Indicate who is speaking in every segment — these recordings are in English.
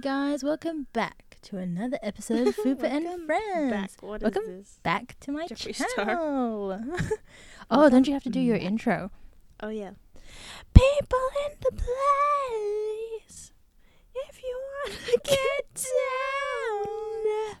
Speaker 1: guys, welcome back to another episode of Fupa and
Speaker 2: Welcome
Speaker 1: Friends.
Speaker 2: Back.
Speaker 1: Mm.
Speaker 2: What is
Speaker 1: Welcome
Speaker 2: this?
Speaker 1: Back to my
Speaker 2: Jeffree Star.
Speaker 1: channel. oh, don't you have to do your
Speaker 2: back.
Speaker 1: intro?
Speaker 2: Oh yeah. People in the place. If you wanna get down,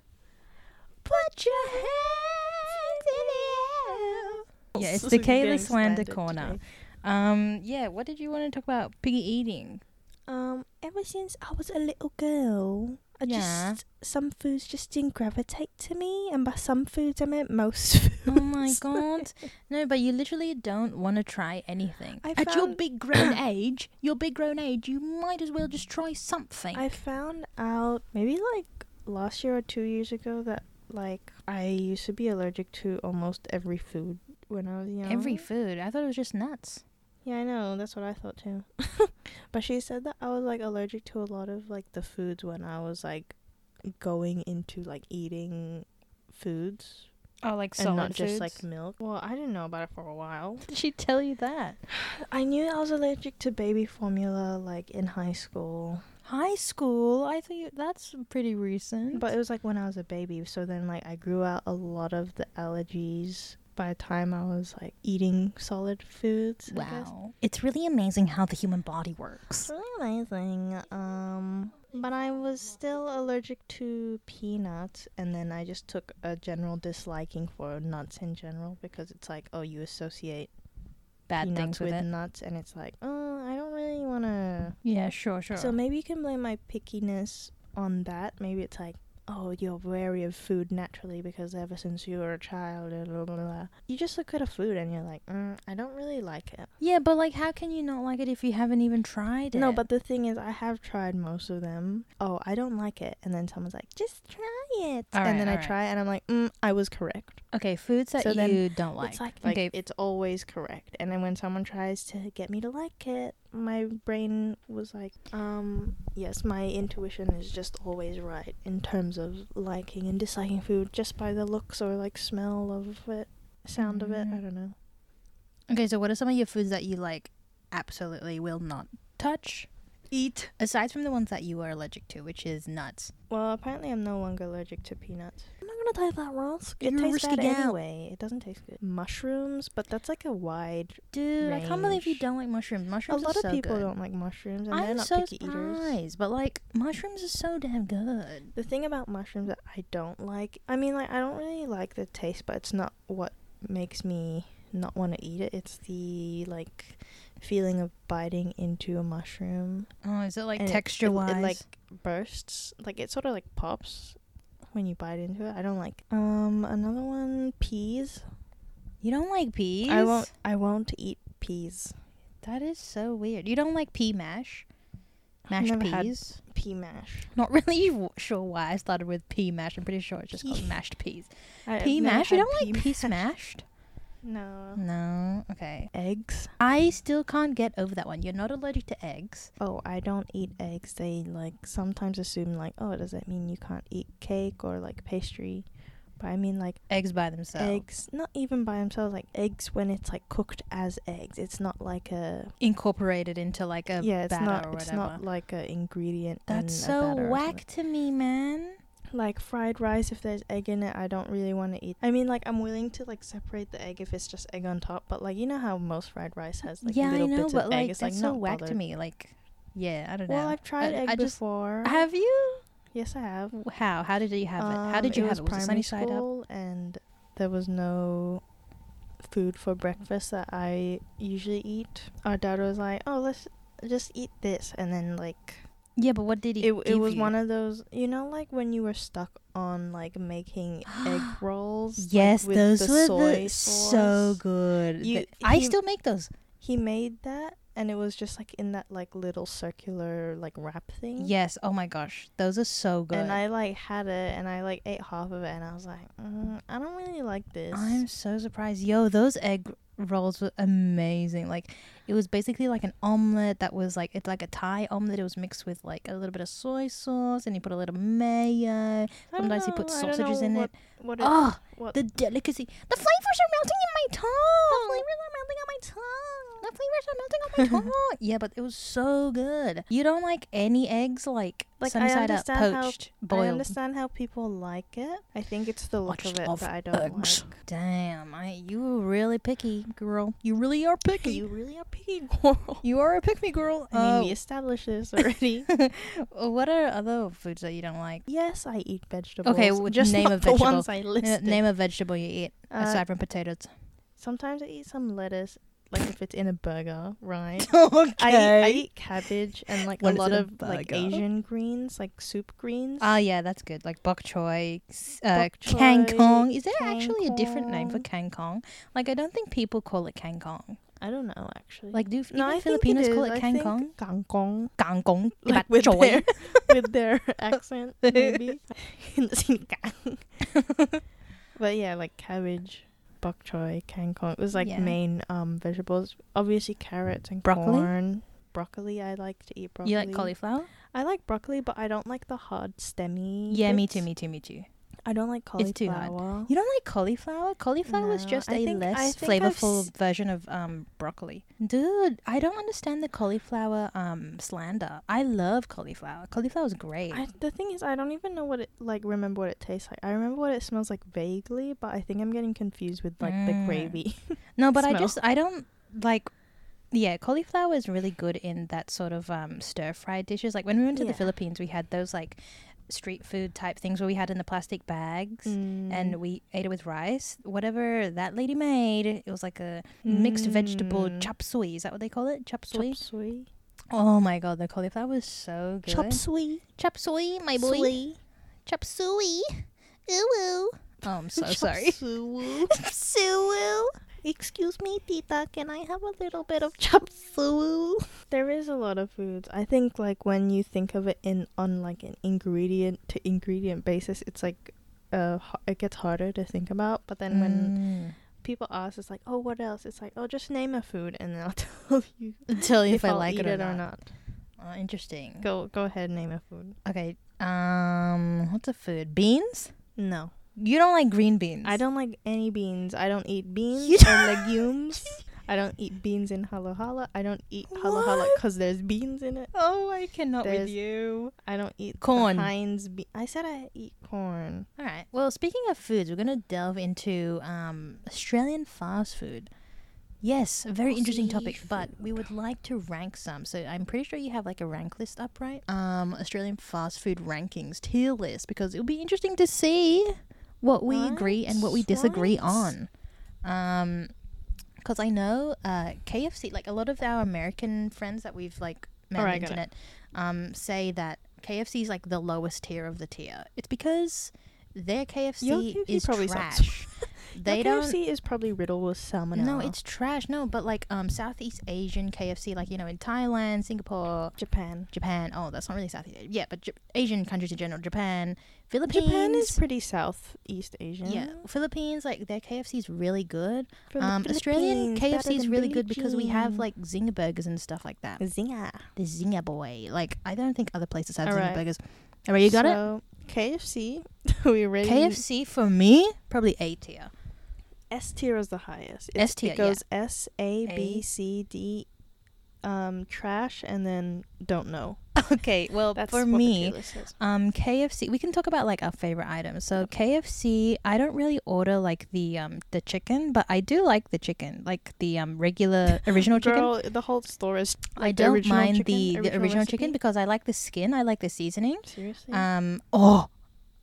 Speaker 2: put your hands in the air.
Speaker 1: Yeah, it's the Kayla
Speaker 2: Getting
Speaker 1: Slander
Speaker 2: standard
Speaker 1: corner.
Speaker 2: today.
Speaker 1: Um, yeah. What did you want to talk about? Piggy eating.
Speaker 2: Um, ever since I was a little girl, I
Speaker 1: Yeah.
Speaker 2: just some foods just didn't gravitate to me, and by some foods I meant most foods.
Speaker 1: Oh my god. No, but you literally don't want to try anything.
Speaker 2: I
Speaker 1: At your
Speaker 2: found-
Speaker 1: big grown age, your big grown age, you might as well just try something.
Speaker 2: I found out maybe like last year or two years ago that like I used to be allergic to almost every food when I was young.
Speaker 1: Every food. I thought it was just nuts.
Speaker 2: yeah, I know. That's what I thought too. but she said that I was like allergic to a lot of like the foods when I was like going into like eating foods
Speaker 1: Oh, like
Speaker 2: and not just like milk. Well, I didn't know about it for a while.
Speaker 1: Did she tell you that?
Speaker 2: I knew I was allergic to baby formula like in high school.
Speaker 1: High school. I thought you, that's pretty recent.
Speaker 2: But it was like when I was a baby, so then like I grew out a lot of the allergies by the time I was like eating solid foods. I guess.
Speaker 1: wow, it's really amazing how the human body works.
Speaker 2: It's really amazing. Um but I was still allergic to peanuts and then I just took a general disliking for nuts in general because it's like, oh you associate
Speaker 1: Bad
Speaker 2: peanuts
Speaker 1: things with
Speaker 2: with,
Speaker 1: it.
Speaker 2: nuts and it's like, oh I don't really wanna
Speaker 1: Yeah, sure, sure.
Speaker 2: So maybe you can blame my pickiness on that. Maybe it's like, oh, you're wary of food naturally because ever since you were a child, blah, blah, blah, blah. you just look at a food and you're like, mm, I don't really like it.
Speaker 1: yeah, but like, how can you not like it if you haven't even tried it?
Speaker 2: No, but the thing is, I have tried most of them. Oh, I don't like it, and then someone's like, just try it,
Speaker 1: All right,
Speaker 2: and then I
Speaker 1: all right.
Speaker 2: try, it and I'm like, mm, I was correct.
Speaker 1: okay, foods that
Speaker 2: So then
Speaker 1: you don't like.
Speaker 2: it's like,
Speaker 1: okay,
Speaker 2: like it's always correct, and then when someone tries to get me to like it, my brain was like, um, yes, my intuition is just always right in terms of liking and disliking food just by the looks or like smell of it, sound of it. I
Speaker 1: Mm.
Speaker 2: don't know.
Speaker 1: okay. So what are some of your foods that you like? Absolutely will not touch, eat. Aside from the ones that you are allergic to, which is nuts.
Speaker 2: Well, apparently I'm no longer allergic to peanuts. I'm not gonna taste that roast.
Speaker 1: You're
Speaker 2: It tastes bad
Speaker 1: risking out.
Speaker 2: anyway. It doesn't taste good. Mushrooms, but that's like a wide.
Speaker 1: Dude, I can't believe you
Speaker 2: Range.
Speaker 1: don't like mushrooms. Mushrooms
Speaker 2: a lot
Speaker 1: are
Speaker 2: of
Speaker 1: so
Speaker 2: people
Speaker 1: good.
Speaker 2: don't like mushrooms, and they're
Speaker 1: I'm
Speaker 2: not
Speaker 1: so
Speaker 2: picky eaters.
Speaker 1: surprised, but like mushrooms are so damn good.
Speaker 2: The thing about mushrooms that I don't like, I mean, like, I don't really like the taste, but it's not what makes me not want to eat it. It's the, like, feeling of biting into a mushroom.
Speaker 1: Oh, is it like
Speaker 2: and it- it-
Speaker 1: texture wise?
Speaker 2: It, like, bursts. Like, it sort of, like, pops when you bite into it. I don't like. Um, another one, peas.
Speaker 1: you don't like peas?
Speaker 2: I won't, I won't eat peas.
Speaker 1: That is so weird. You don't like pea mash? Mashed
Speaker 2: never had-
Speaker 1: peas?
Speaker 2: Pea mash.
Speaker 1: Not really w- sure why I started with pea mash. I'm pretty sure it's just called mashed peas.
Speaker 2: I-
Speaker 1: Pea
Speaker 2: I've never
Speaker 1: mash? You
Speaker 2: had
Speaker 1: don't
Speaker 2: pea
Speaker 1: like Hmm. pea
Speaker 2: mash.
Speaker 1: smashed?
Speaker 2: No.
Speaker 1: No. Okay.
Speaker 2: Eggs?
Speaker 1: I still can't get over that one. You're not allergic to eggs.
Speaker 2: oh, I don't eat eggs. They like sometimes assume like, oh, does that mean you can't eat cake or like pastry? But I mean like
Speaker 1: Eggs by themselves.
Speaker 2: eggs, not even by themselves. Like eggs when it's like cooked as eggs. It's not like a
Speaker 1: Incorporated into like a
Speaker 2: yeah. It's
Speaker 1: batter
Speaker 2: not.
Speaker 1: or
Speaker 2: It's
Speaker 1: whatever.
Speaker 2: not like a ingredient.
Speaker 1: That's
Speaker 2: in a
Speaker 1: so
Speaker 2: batter or
Speaker 1: whack to me, man.
Speaker 2: something. Like fried rice, if there's egg in it, I don't really want to eat. I mean, like I'm willing to like separate the egg if it's just egg on top. But like you know how most fried rice has like
Speaker 1: yeah, I
Speaker 2: little
Speaker 1: know,
Speaker 2: bits
Speaker 1: but
Speaker 2: of egg.
Speaker 1: like
Speaker 2: it's
Speaker 1: that's
Speaker 2: like
Speaker 1: so
Speaker 2: not
Speaker 1: whack to
Speaker 2: bothered.
Speaker 1: me. Like, yeah, I don't know.
Speaker 2: Well, I've tried
Speaker 1: I,
Speaker 2: egg
Speaker 1: I just,
Speaker 2: before.
Speaker 1: Have you?
Speaker 2: yes, I have.
Speaker 1: How? How did you have it? How
Speaker 2: Um,
Speaker 1: did you have
Speaker 2: was
Speaker 1: it? Was it sunny
Speaker 2: primary
Speaker 1: side up?
Speaker 2: school And there was no food for breakfast that I usually eat. Our dad was like, "Oh, let's just eat this," and then like
Speaker 1: Yeah, but what did he?
Speaker 2: it, it
Speaker 1: give
Speaker 2: was
Speaker 1: you?
Speaker 2: one of those, you know, like when you were stuck on like making egg rolls. like,
Speaker 1: Yes,
Speaker 2: with
Speaker 1: those
Speaker 2: the
Speaker 1: were
Speaker 2: soy
Speaker 1: the, so
Speaker 2: sauce.
Speaker 1: good.
Speaker 2: You-
Speaker 1: Th- I
Speaker 2: he-
Speaker 1: still make those.
Speaker 2: He made that, and it was just like in that like little circular like wrap thing.
Speaker 1: Yes. Oh my gosh, those are so good.
Speaker 2: Mm-hmm. And I like had it, and I like ate half of it, and I was like, mm, I don't really like this.
Speaker 1: I'm so surprised. Yo, those egg rolls were amazing. Like It was basically like an omelet that was like it's like a Thai omelet. It was mixed with like a little bit of soy sauce, and he put a little mayo.
Speaker 2: I don't
Speaker 1: Sometimes he put
Speaker 2: know- I don't
Speaker 1: sausages
Speaker 2: know
Speaker 1: in
Speaker 2: what,
Speaker 1: it.
Speaker 2: What it
Speaker 1: Oh,
Speaker 2: what,
Speaker 1: the delicacy. The flavors are melting in my tongue. The flavors are melting on my tongue. The flavors are melting on my tongue. yeah, but it was so good. You don't like any eggs like,
Speaker 2: Like,
Speaker 1: sunny
Speaker 2: I
Speaker 1: side up,
Speaker 2: understand how-
Speaker 1: poached,
Speaker 2: I
Speaker 1: boiled.
Speaker 2: understand how people like it. I think it's the look
Speaker 1: Lots
Speaker 2: of it
Speaker 1: of
Speaker 2: that I don't
Speaker 1: eggs.
Speaker 2: like.
Speaker 1: Damn, I you were really picky, girl. You really are picky.
Speaker 2: You
Speaker 1: you,
Speaker 2: really are picky, girl.
Speaker 1: are a pick me girl.
Speaker 2: I mean,
Speaker 1: Uh,
Speaker 2: we established this already.
Speaker 1: what are other foods that you don't like?
Speaker 2: yes, I eat vegetables.
Speaker 1: well,
Speaker 2: just
Speaker 1: name
Speaker 2: not
Speaker 1: a
Speaker 2: the
Speaker 1: vegetable.
Speaker 2: ones I
Speaker 1: Uh,
Speaker 2: listed.
Speaker 1: name a vegetable you eat
Speaker 2: Uh,
Speaker 1: aside from potatoes.
Speaker 2: Sometimes I eat some lettuce, like if it's in a burger, right?
Speaker 1: okay.
Speaker 2: I, eat, I eat cabbage and like
Speaker 1: When
Speaker 2: a
Speaker 1: it's
Speaker 2: lot
Speaker 1: in a
Speaker 2: of like
Speaker 1: burger.
Speaker 2: Asian greens, like soup greens.
Speaker 1: Ah, yeah, that's good. Like bok choy, s- uh,
Speaker 2: Bok
Speaker 1: kang
Speaker 2: choy,
Speaker 1: kong. Is there actually a different name for kang
Speaker 2: kangkong.
Speaker 1: kong? Like, I don't think people call it kang kong.
Speaker 2: I don't know actually.
Speaker 1: Like, do
Speaker 2: no,
Speaker 1: even
Speaker 2: I
Speaker 1: Filipinos
Speaker 2: think it
Speaker 1: call
Speaker 2: is.
Speaker 1: it
Speaker 2: I
Speaker 1: kang
Speaker 2: think
Speaker 1: kong?
Speaker 2: kangkong,
Speaker 1: Kang kong,
Speaker 2: like
Speaker 1: bok
Speaker 2: with
Speaker 1: choy.
Speaker 2: their with their accent maybe. Singkang. but yeah, like cabbage, bok choy, kangkong. It was like
Speaker 1: Yeah.
Speaker 2: main um vegetables. Obviously carrots and
Speaker 1: Broccoli?
Speaker 2: corn. Broccoli, I like to eat broccoli.
Speaker 1: You like cauliflower?
Speaker 2: I like broccoli, but I don't like the hard stemmy.
Speaker 1: Yeah, me too,
Speaker 2: bits.
Speaker 1: me too, me too.
Speaker 2: I don't like cauliflower.
Speaker 1: It's too hard. You don't like cauliflower? Cauliflower is
Speaker 2: No,
Speaker 1: just
Speaker 2: I
Speaker 1: a
Speaker 2: think- I
Speaker 1: less
Speaker 2: think I've
Speaker 1: flavorful
Speaker 2: s-
Speaker 1: version of um broccoli. Dude, I don't understand the cauliflower um slander. I love cauliflower. Cauliflower's great.
Speaker 2: I, the thing is, I don't even know what it like. Remember what it tastes like. I remember what it smells like vaguely, but I think I'm getting confused with like the
Speaker 1: Mm.
Speaker 2: gravy.
Speaker 1: No, but I
Speaker 2: smell.
Speaker 1: just I don't like yeah, cauliflower is really good in that sort of um stir fried dishes. Like when we went to
Speaker 2: Yeah.
Speaker 1: the Philippines we had those like street food type things where we had in the plastic bags
Speaker 2: Mm.
Speaker 1: and we ate it with rice. Whatever that lady made, it was like a mixed vegetable
Speaker 2: Mm.
Speaker 1: chop suey. Is that what they call it? Chop
Speaker 2: chop
Speaker 1: suey?
Speaker 2: suey.
Speaker 1: Oh my god, the cauliflower was so good.
Speaker 2: suey,
Speaker 1: chop suey, my boy.
Speaker 2: Suey.
Speaker 1: Chop suey. Ooh ooh. Oh, I'm so
Speaker 2: Chop
Speaker 1: sorry.
Speaker 2: suey.
Speaker 1: Suey.
Speaker 2: Excuse me, Tita, can I have a little bit of chop suey? There is a lot of foods. I think like when you think of it in on like an ingredient to ingredient basis, it's like uh h- it gets harder to think about. But then when
Speaker 1: Mm.
Speaker 2: people ask, it's like, oh, what else? It's like, oh, just name a food, and then I'll tell you
Speaker 1: Tell you if, I
Speaker 2: I'll
Speaker 1: like
Speaker 2: eat
Speaker 1: it or not.
Speaker 2: not.
Speaker 1: Oh, interesting.
Speaker 2: Go go ahead, name a food.
Speaker 1: Okay. Um, what's a food? Beans?
Speaker 2: No,
Speaker 1: You don't like green beans.
Speaker 2: I don't like any beans. I don't eat beans
Speaker 1: You
Speaker 2: or
Speaker 1: don't-
Speaker 2: legumes. I don't eat beans in halo halo. I don't eat halo halo
Speaker 1: What?
Speaker 2: because there's beans in it.
Speaker 1: Oh, I cannot
Speaker 2: There's-
Speaker 1: with you.
Speaker 2: I don't eat
Speaker 1: Corn.
Speaker 2: The Heinz be- I said I eat corn.
Speaker 1: All right. Well, speaking of foods, we're gonna delve into um Australian fast food. Yes, a very interesting topic, but we would like to rank some. So I'm pretty sure you have like a rank list up, right? Um, Australian fast food rankings tier list because it'll be interesting to see what we agree and what we
Speaker 2: Right,
Speaker 1: disagree
Speaker 2: right.
Speaker 1: on. Um, because I know uh, KFC, like a lot of our American friends that we've like met
Speaker 2: Alright,
Speaker 1: on the
Speaker 2: got it.
Speaker 1: internet, um, say that KFC is like the lowest tier of the tier. It's because their KFC,
Speaker 2: Your KFC
Speaker 1: is
Speaker 2: probably
Speaker 1: trash.
Speaker 2: sucks.
Speaker 1: They
Speaker 2: Your
Speaker 1: don't.
Speaker 2: KFC is probably riddled with salmonella.
Speaker 1: No, it's trash. No, but like um, Southeast Asian KFC, like you know, in Thailand, Singapore,
Speaker 2: Japan.
Speaker 1: Japan. Oh, that's not really Southeast Asia. Yeah, but J- Asian countries in general, Japan, Philippines.
Speaker 2: Japan is pretty Southeast Asian.
Speaker 1: yeah, Philippines. Like their KFC is really good. Um, Australian KFC is really good because we have like zinger burgers and stuff like that.
Speaker 2: Zinga.
Speaker 1: The zinger boy. Like I don't think other places have zinger
Speaker 2: Alright.
Speaker 1: burgers. All right, Oh, you got it.
Speaker 2: so, KFC. we already
Speaker 1: KFC for me probably A tier.
Speaker 2: S tier is the highest.
Speaker 1: S tier,
Speaker 2: It
Speaker 1: yeah.
Speaker 2: goes S A B
Speaker 1: A.
Speaker 2: C D, um, trash, and then don't know.
Speaker 1: Okay, well
Speaker 2: That's
Speaker 1: for
Speaker 2: what the
Speaker 1: me,
Speaker 2: tier list is.
Speaker 1: um, KFC. We can talk about like our favorite items. So KFC, I don't really order like the um the chicken, but I do like the chicken, like the um regular original chicken.
Speaker 2: Girl, the whole store is.
Speaker 1: I
Speaker 2: like, the
Speaker 1: don't
Speaker 2: original
Speaker 1: mind
Speaker 2: chicken,
Speaker 1: the the original chicken
Speaker 2: recipe.
Speaker 1: because I like the skin, I like the seasoning.
Speaker 2: Seriously.
Speaker 1: Um. Oh,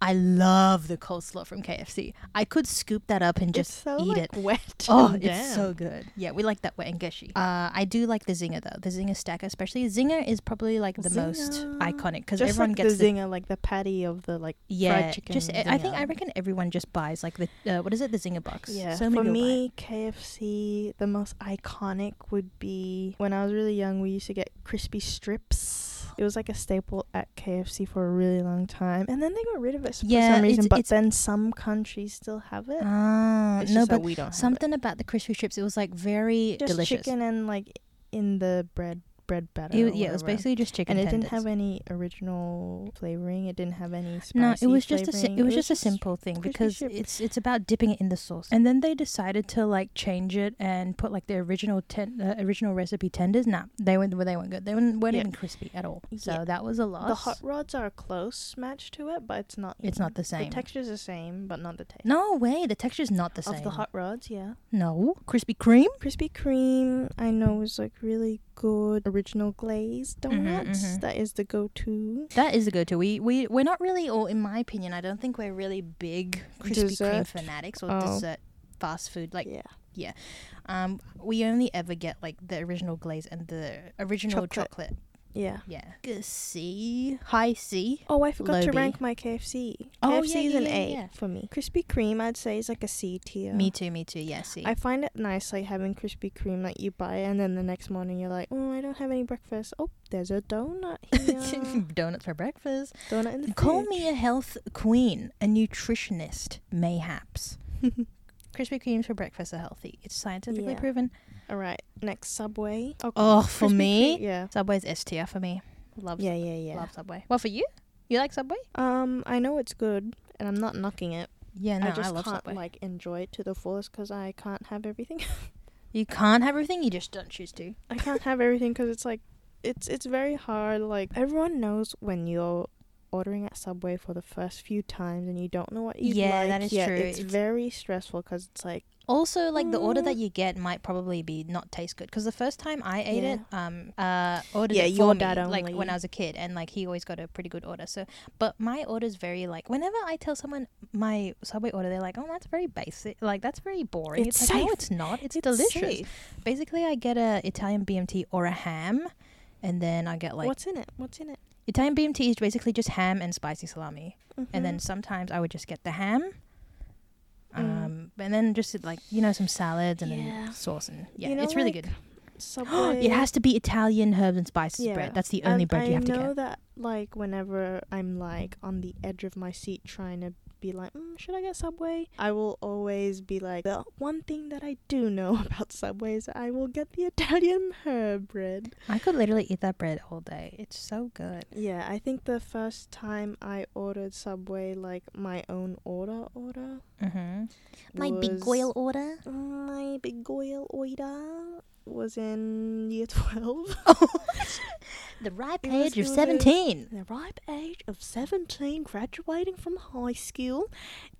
Speaker 1: I love the coleslaw from KFC. I could scoop that up and just
Speaker 2: it's so
Speaker 1: eat
Speaker 2: like,
Speaker 1: it.
Speaker 2: wet.
Speaker 1: Oh,
Speaker 2: and
Speaker 1: it's so
Speaker 2: damp.
Speaker 1: good. Yeah, we like that wet and gushy. Uh, I do like the zinger though. The zinger stack, especially zinger, is probably like the most
Speaker 2: Zinger.
Speaker 1: iconic because
Speaker 2: Just
Speaker 1: everyone
Speaker 2: like
Speaker 1: gets
Speaker 2: the zinger, like the patty of the like.
Speaker 1: yeah.
Speaker 2: chicken
Speaker 1: just e, I think I
Speaker 2: Zinger.
Speaker 1: reckon everyone just buys like the uh, what is it the zinger box.
Speaker 2: Yeah.
Speaker 1: So many
Speaker 2: For
Speaker 1: people buy it.
Speaker 2: me, KFC, the most iconic would be when I was really young. We used to get crispy strips. It was like a staple at KFC for a really long time, and then they got rid of it s- for
Speaker 1: Yeah,
Speaker 2: some reason.
Speaker 1: it's-
Speaker 2: but
Speaker 1: it's-
Speaker 2: then some countries still have it.
Speaker 1: Ah,
Speaker 2: It's
Speaker 1: no,
Speaker 2: just that
Speaker 1: but
Speaker 2: we don't have it.
Speaker 1: something about the crispy strips. It was like very
Speaker 2: Just
Speaker 1: delicious.
Speaker 2: chicken and like in the bread bread batter.
Speaker 1: It
Speaker 2: or
Speaker 1: wa- yeah, it was
Speaker 2: whatever.
Speaker 1: basically just chicken
Speaker 2: and it didn't
Speaker 1: tenders.
Speaker 2: have any original flavoring. It didn't have any spicy
Speaker 1: no, it was just a si-
Speaker 2: flavoring.
Speaker 1: it was just a simple thing
Speaker 2: crispy
Speaker 1: because
Speaker 2: chips.
Speaker 1: it's it's about dipping it in the sauce. And then they decided to like change it and put like the original ten- uh, original recipe tenders. Nah, they weren't they weren't good. They weren't, weren't
Speaker 2: Yeah.
Speaker 1: even crispy at all. So
Speaker 2: Yeah.
Speaker 1: that was a loss.
Speaker 2: The hot rods are a close match to it, but it's not.
Speaker 1: It's not the same.
Speaker 2: The texture's the same, but not the taste.
Speaker 1: no way, the texture's not the same.
Speaker 2: Of the hot rods, yeah.
Speaker 1: no, Krispy Kreme.
Speaker 2: Krispy Kreme, I know, is like really good original glazed
Speaker 1: Mhm,
Speaker 2: donuts.
Speaker 1: mhm.
Speaker 2: That is the go to.
Speaker 1: That is a go-to. We we we're not really, or in my opinion, I don't think we're really big Krispy Kreme
Speaker 2: Dessert?
Speaker 1: fanatics or
Speaker 2: Oh.
Speaker 1: dessert fast food. Like,
Speaker 2: yeah.
Speaker 1: um, we only ever get like the original glaze and the original chocolate.
Speaker 2: Chocolate. Yeah.
Speaker 1: Yeah, Good C, high C.
Speaker 2: Oh, I forgot to
Speaker 1: Low B.
Speaker 2: rank my KFC.
Speaker 1: Oh, yeah,
Speaker 2: KFC is
Speaker 1: yeah,
Speaker 2: an
Speaker 1: yeah,
Speaker 2: A
Speaker 1: yeah.
Speaker 2: for me. Krispy Kreme, I'd say, is like a C tier.
Speaker 1: Me too, me too. Yeah, C.
Speaker 2: I find it nice, like having Krispy Kreme, like you buy it, and then the next morning you're like, oh, I don't have any breakfast. Oh, there's a donut here.
Speaker 1: Donuts for breakfast.
Speaker 2: donut in the
Speaker 1: Call
Speaker 2: fridge.
Speaker 1: me a health queen, a nutritionist, mayhaps. Krispy Kremes for breakfast are healthy. It's scientifically
Speaker 2: Yeah.
Speaker 1: proven.
Speaker 2: All right, next Subway.
Speaker 1: Oh, for
Speaker 2: Krispy
Speaker 1: me,
Speaker 2: Kreme- Yeah.
Speaker 1: Subway's S tier for me. Love,
Speaker 2: Yeah, yeah, yeah.
Speaker 1: love Subway. Well, for you, you like Subway?
Speaker 2: Um, I know it's good, and I'm not knocking it.
Speaker 1: Yeah, no, I,
Speaker 2: I just
Speaker 1: love
Speaker 2: can't
Speaker 1: Subway.
Speaker 2: like enjoy it to the fullest because I can't have everything.
Speaker 1: you can't have everything; you just don't choose to.
Speaker 2: I can't have everything because it's like, it's it's very hard. Like everyone knows when you're ordering at Subway for the first few times and you don't know what you
Speaker 1: Yeah,
Speaker 2: like.
Speaker 1: that is
Speaker 2: yet,
Speaker 1: true.
Speaker 2: It's,
Speaker 1: It's-
Speaker 2: very stressful because it's like
Speaker 1: Also, like the order
Speaker 2: Mm.
Speaker 1: that you get might probably be not taste good because the first time I ate it, um, uh, ordered
Speaker 2: Yeah,
Speaker 1: it for
Speaker 2: your
Speaker 1: me,
Speaker 2: dad
Speaker 1: like when
Speaker 2: only.
Speaker 1: I was a kid, and like he always got a pretty good order. So, but my order's very like whenever I tell someone my subway order, they're like, "Oh, that's very basic. Like that's very boring." It's,
Speaker 2: It's
Speaker 1: like, no,
Speaker 2: safe.
Speaker 1: it's not. It's, delicious. Basically, I get a Italian BMT or a ham, and then I get like
Speaker 2: What's in it? What's in it?
Speaker 1: Italian BMT is basically just ham and spicy salami and then
Speaker 2: Mhm.
Speaker 1: sometimes I would just get the ham,
Speaker 2: Mm.
Speaker 1: um, and then just like you know some salads and
Speaker 2: Yeah.
Speaker 1: then sauce and yeah,
Speaker 2: You know,
Speaker 1: it's really
Speaker 2: like,
Speaker 1: good.
Speaker 2: Mm-hmm. Subway.
Speaker 1: it has to be Italian herbs and spices
Speaker 2: Yeah.
Speaker 1: bread. That's the only
Speaker 2: and
Speaker 1: bread
Speaker 2: I
Speaker 1: you have
Speaker 2: know
Speaker 1: to get.
Speaker 2: that like whenever I'm like on the edge of my seat trying to be like, mm, should I get Subway? I will always be like, the one thing that I do know about Subway is I will get the Italian herb bread.
Speaker 1: I could literally eat that bread all day. It's so good.
Speaker 2: Yeah, I think the first time I ordered Subway, like my own order order,
Speaker 1: Mm-hmm.
Speaker 2: was-
Speaker 1: order.
Speaker 2: my big goyle order was in year twelve.
Speaker 1: the ripe
Speaker 2: It was-
Speaker 1: age
Speaker 2: it
Speaker 1: of
Speaker 2: was a-
Speaker 1: seventeen.
Speaker 2: the ripe age of 17, graduating from high school,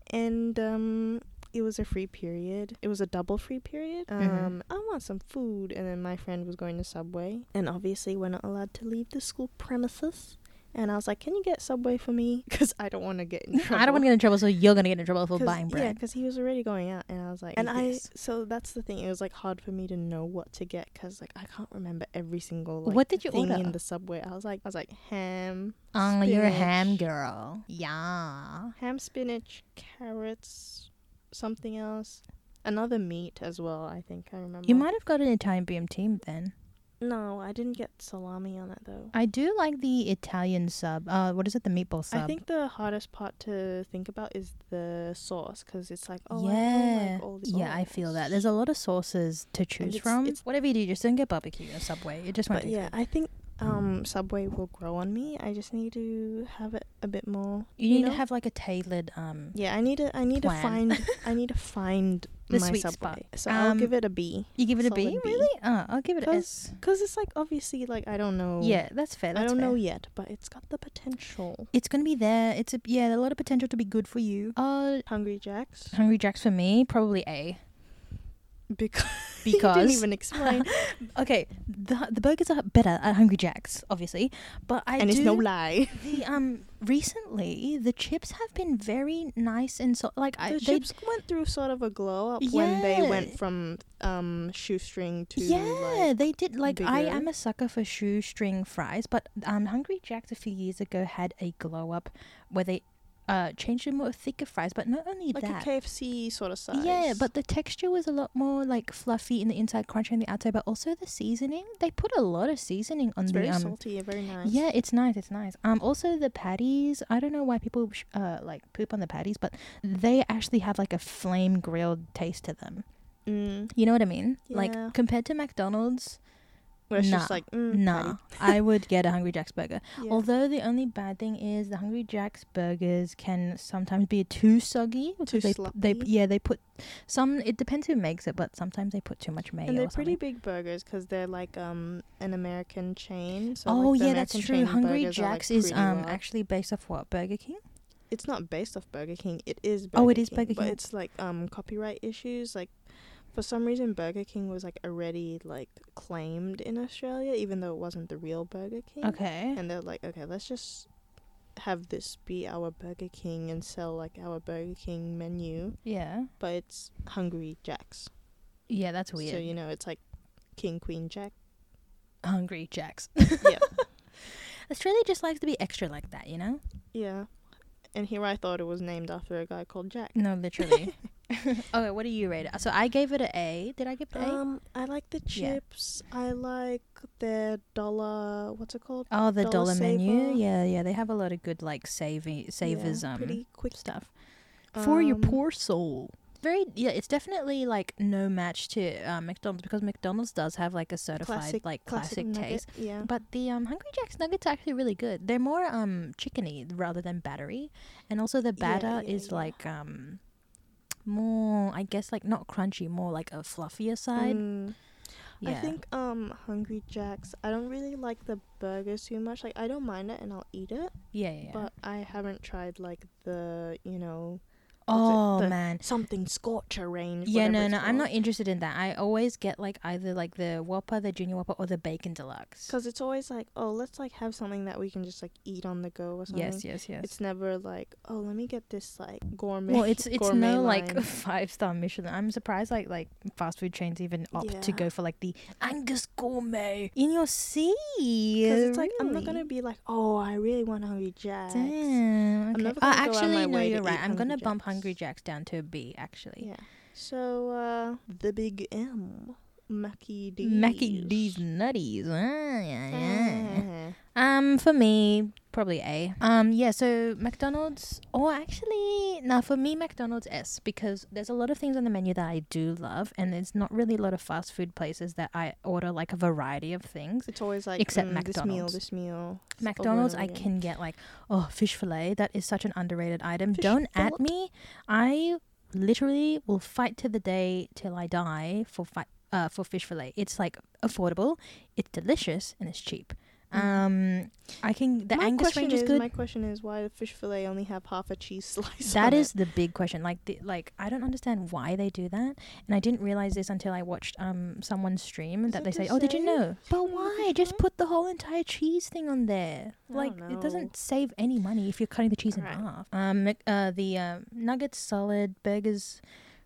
Speaker 2: and um, it was a free period. It was a double free period. Um,
Speaker 1: Mhm.
Speaker 2: I want some food, and then my friend was going to Subway, and obviously we're not allowed to leave the school premises. And I was like, "Can you get Subway for me? Because I don't want to get in trouble."
Speaker 1: I don't want to get in trouble, so you're gonna get in trouble for
Speaker 2: 'Cause-
Speaker 1: buying
Speaker 2: Yeah,
Speaker 1: bread.
Speaker 2: because he was already going out, and I was like, and
Speaker 1: Yes.
Speaker 2: I so that's the thing. It was like hard for me to know what to get because like I can't remember every single like,
Speaker 1: What did you
Speaker 2: thing
Speaker 1: order?
Speaker 2: in the subway. I was like, I was like ham,
Speaker 1: Oh, you're a ham
Speaker 2: spinach.
Speaker 1: girl. Yeah.
Speaker 2: ham, spinach, carrots, something else, another meat as well. I think I remember.
Speaker 1: You might have got an Italian BMT then.
Speaker 2: No, I didn't get salami on it though.
Speaker 1: I do like the Italian sub. Uh, what is it? The meatball sub.
Speaker 2: I think the hardest part to think about is the sauce because it's like oh I know,
Speaker 1: yeah,
Speaker 2: like, all the
Speaker 1: yeah, I feel that. There's a lot of sauces to choose
Speaker 2: it's-
Speaker 1: from.
Speaker 2: it's-
Speaker 1: Whatever you do, just don't get barbecue or Subway. It just won't.
Speaker 2: But
Speaker 1: Be
Speaker 2: yeah, I think um, Subway will grow on me. I just need to have it a bit more.
Speaker 1: you need
Speaker 2: know?
Speaker 1: to have like a tailored. Um,
Speaker 2: Yeah, I need to. I need
Speaker 1: Plan.
Speaker 2: to find. I need to find
Speaker 1: The
Speaker 2: my
Speaker 1: sweet
Speaker 2: Subway.
Speaker 1: spot.
Speaker 2: So I'll
Speaker 1: Um,
Speaker 2: give it a B.
Speaker 1: you give it a B,
Speaker 2: Solid B.
Speaker 1: really? Oh, I'll give it a S.
Speaker 2: Cause it's like obviously like I don't know.
Speaker 1: Yeah, that's fair.
Speaker 2: I
Speaker 1: that's
Speaker 2: don't know
Speaker 1: fair.
Speaker 2: yet, but it's got the potential.
Speaker 1: It's gonna be there. It's a yeah, a lot of potential to be good for you. Uh,
Speaker 2: Hungry Jacks.
Speaker 1: Hungry Jack's for me, probably A.
Speaker 2: Because you
Speaker 1: Because-
Speaker 2: didn't even explain,
Speaker 1: Okay, the the burgers are better at Hungry Jack's, obviously, but I
Speaker 2: and
Speaker 1: do
Speaker 2: it's no lie.
Speaker 1: the um recently the chips have been very nice and so like I
Speaker 2: the
Speaker 1: they
Speaker 2: chips went through sort of a glow up when they
Speaker 1: Yeah.
Speaker 2: went from um shoestring to
Speaker 1: yeah,
Speaker 2: like,
Speaker 1: they did. Like I
Speaker 2: bigger.
Speaker 1: am a sucker for shoestring fries, but um, Hungry Jack's a few years ago had a glow up where they uh changed to more thicker fries. But not only
Speaker 2: like
Speaker 1: that,
Speaker 2: a KFC sort of size.
Speaker 1: yeah, but the texture was a lot more like fluffy in the inside, crunchy on the outside. But also the seasoning, they put a lot of seasoning on
Speaker 2: it's
Speaker 1: the
Speaker 2: very
Speaker 1: um.
Speaker 2: salty and very nice.
Speaker 1: Yeah, it's nice. It's nice. Um, also the patties. I don't know why people sh- uh like poop on the patties, but they actually have like a flame grilled taste to them.
Speaker 2: Mm.
Speaker 1: You know what I mean? Like
Speaker 2: Yeah.
Speaker 1: compared to McDonald's,
Speaker 2: Where it's just
Speaker 1: Nah.
Speaker 2: like, mm,
Speaker 1: Nah, I would get a Hungry Jack's burger.
Speaker 2: patty. Yeah.
Speaker 1: Although the only bad thing is the Hungry Jack's burgers can sometimes be too soggy. because they, p- they
Speaker 2: sloppy.
Speaker 1: yeah they put some. It depends who makes it, but sometimes they put too much mayo.
Speaker 2: and they're
Speaker 1: or
Speaker 2: pretty
Speaker 1: something.
Speaker 2: big burgers because they're like um an American chain. So
Speaker 1: oh
Speaker 2: like, the
Speaker 1: yeah, that's
Speaker 2: American
Speaker 1: true.
Speaker 2: chain
Speaker 1: Hungry
Speaker 2: burgers are, like,
Speaker 1: Jack's is
Speaker 2: pretty
Speaker 1: um
Speaker 2: large.
Speaker 1: actually based off what Burger King.
Speaker 2: it's not based off Burger King. It is Burger
Speaker 1: Oh, it is Burger
Speaker 2: but
Speaker 1: King.
Speaker 2: it's like um copyright issues. Like for some reason, Burger King was like already like claimed in Australia, even though it wasn't the real Burger King.
Speaker 1: Okay.
Speaker 2: And they're like, okay, let's just have this be our Burger King and sell like our Burger King menu,
Speaker 1: Yeah.
Speaker 2: but it's Hungry Jack's.
Speaker 1: Yeah, that's weird.
Speaker 2: So you know, it's like King Queen Jack.
Speaker 1: Hungry Jack's.
Speaker 2: yeah,
Speaker 1: Australia just likes to be extra like that, you know?
Speaker 2: yeah. And here I thought it was named after a guy called Jack.
Speaker 1: No, literally. okay, what do you rate it? So I gave it an A. Did I give it an A?
Speaker 2: Um, I like the
Speaker 1: Yeah.
Speaker 2: chips. I like their dollar. What's it called?
Speaker 1: Oh, the
Speaker 2: dollar
Speaker 1: dollar, menu.
Speaker 2: saver.
Speaker 1: Yeah, yeah. They have a lot of good like saving savers
Speaker 2: Yeah,
Speaker 1: um
Speaker 2: pretty quick
Speaker 1: stuff. For your
Speaker 2: Um,
Speaker 1: poor soul. Very yeah, it's definitely like no match to uh, McDonald's because McDonald's does have like a certified
Speaker 2: Classic-
Speaker 1: like classic,
Speaker 2: nugget,
Speaker 1: taste.
Speaker 2: Yeah.
Speaker 1: But the um, Hungry Jack's nuggets are actually really good. They're more um chickeny rather than battery, and also the
Speaker 2: Yeah,
Speaker 1: batter
Speaker 2: yeah,
Speaker 1: is
Speaker 2: yeah.
Speaker 1: like um more I guess like not crunchy, more like a fluffier side.
Speaker 2: Mm.
Speaker 1: yeah.
Speaker 2: I think um Hungry Jack's. I don't really like the burgers too much. Like I don't mind it and I'll eat it,
Speaker 1: yeah, yeah. yeah.
Speaker 2: but I haven't tried like the you know
Speaker 1: oh
Speaker 2: the-
Speaker 1: man.
Speaker 2: something scorcher range.
Speaker 1: Yeah,
Speaker 2: whatever
Speaker 1: no,
Speaker 2: it's
Speaker 1: no, I'm
Speaker 2: called.
Speaker 1: not interested in that. I always get like either like the Whopper, the Junior Whopper, or the Bacon Deluxe.
Speaker 2: Cause it's always like, oh, let's like have something that we can just like eat on the go or something.
Speaker 1: Yes, yes, yes.
Speaker 2: It's never like, oh, let me get this like gourmet.
Speaker 1: well, it's it's
Speaker 2: gourmet
Speaker 1: no like
Speaker 2: line.
Speaker 1: five star Michelin. I'm surprised like like fast food chains even opt to
Speaker 2: Yeah.
Speaker 1: go for like the Angus Gourmet in your sea.
Speaker 2: Because it's like I'm not
Speaker 1: really?
Speaker 2: gonna be like, oh, I really want Hungry Jack's.
Speaker 1: Damn. Okay. oh,
Speaker 2: never gonna go out of my
Speaker 1: actually, no,
Speaker 2: way to
Speaker 1: you're right.
Speaker 2: eat
Speaker 1: I'm gonna
Speaker 2: Hungry
Speaker 1: bump
Speaker 2: Jack's.
Speaker 1: Hungry Jack's down to a B. Actually,
Speaker 2: Yeah. So uh, the big M, Mackie D's.
Speaker 1: Mackie D's nutties. Ah, yeah, yeah.
Speaker 2: Ah.
Speaker 1: Um, for me, probably A. Um, yeah, so McDonald's, or actually, now for me, McDonald's S, because there's a lot of things on the menu that I do love, and there's not really a lot of fast food places that I order like a variety of things.
Speaker 2: It's always like
Speaker 1: Except
Speaker 2: mm, this meal,
Speaker 1: McDonald's.
Speaker 2: this meal. It's over and
Speaker 1: McDonald's,
Speaker 2: over
Speaker 1: I
Speaker 2: again.
Speaker 1: can get like, oh, fish fillet. That is such an underrated item.
Speaker 2: Fish
Speaker 1: Don't at
Speaker 2: fillet.
Speaker 1: me. I literally will fight to the day till I die for fi- uh, for fish fillet. It's like affordable, it's delicious, and it's cheap.
Speaker 2: Mhm.
Speaker 1: Um, I can the
Speaker 2: my
Speaker 1: Angus
Speaker 2: question
Speaker 1: range is
Speaker 2: is-
Speaker 1: good.
Speaker 2: My question is, why the fish fillet only have half a cheese slice?
Speaker 1: That
Speaker 2: on it?
Speaker 1: is the big question. Like, the, like I don't understand why they do that, and I didn't realize this until I watched um someone stream
Speaker 2: Is
Speaker 1: that
Speaker 2: it
Speaker 1: they
Speaker 2: to
Speaker 1: say, "Oh, did you
Speaker 2: save
Speaker 1: know?" But
Speaker 2: on the
Speaker 1: why?
Speaker 2: fish
Speaker 1: Just
Speaker 2: fillet?
Speaker 1: put the whole entire cheese thing on there.
Speaker 2: I
Speaker 1: Like,
Speaker 2: don't
Speaker 1: it
Speaker 2: know.
Speaker 1: doesn't save any money if you're cutting the cheese in
Speaker 2: Right.
Speaker 1: half. Um, Mc- uh, the uh, nuggets solid, burgers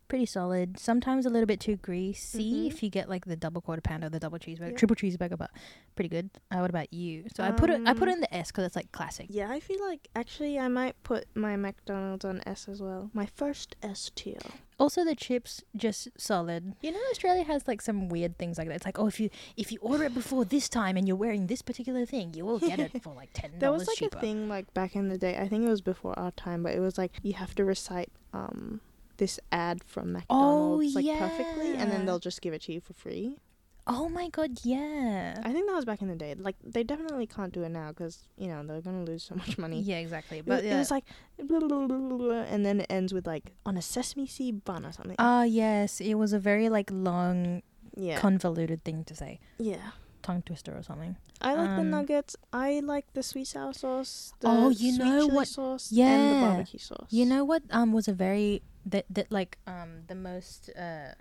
Speaker 1: pretty solid. Sometimes a little bit too greasy
Speaker 2: Mhm.
Speaker 1: if you get like the double quarter pounder, the double cheeseburger,
Speaker 2: Yep.
Speaker 1: triple cheeseburger, but pretty good. Uh, what about you? So I put it, I put it
Speaker 2: Um,
Speaker 1: in the S because it's like classic.
Speaker 2: Yeah, I feel like actually I might put my McDonald's on S as well. My first S tier.
Speaker 1: Also, the chips just solid. You know, Australia has like some weird things like that. It's like, oh, if you if you order it before this time and you're wearing this particular thing, you will get it for like ten dollars
Speaker 2: There was like
Speaker 1: cheaper.
Speaker 2: a thing like back in the day. I think it was before our time, but it was like you have to recite um this ad from McDonald's like perfectly, and
Speaker 1: Oh, yeah.
Speaker 2: then they'll just give it to you for free.
Speaker 1: Oh my god, yeah,
Speaker 2: I think that was back in the day. Like they definitely can't do it now because you know they're gonna lose so much money.
Speaker 1: yeah, exactly.
Speaker 2: But
Speaker 1: But
Speaker 2: it,
Speaker 1: yeah.
Speaker 2: was like blah, blah, blah, blah, blah, and then it ends with like on a sesame seed bun or something.
Speaker 1: Ah yes, it was a very like long,
Speaker 2: yeah,
Speaker 1: convoluted thing to say,
Speaker 2: yeah.
Speaker 1: tongue twister or something.
Speaker 2: I like the
Speaker 1: Um,
Speaker 2: nuggets. I like the sweet sour sauce. The
Speaker 1: Oh, you
Speaker 2: sweet
Speaker 1: know
Speaker 2: chili
Speaker 1: what-
Speaker 2: Sauce and the
Speaker 1: Yeah.
Speaker 2: barbecue sauce.
Speaker 1: You know what? Um, was a very that that like um the most uh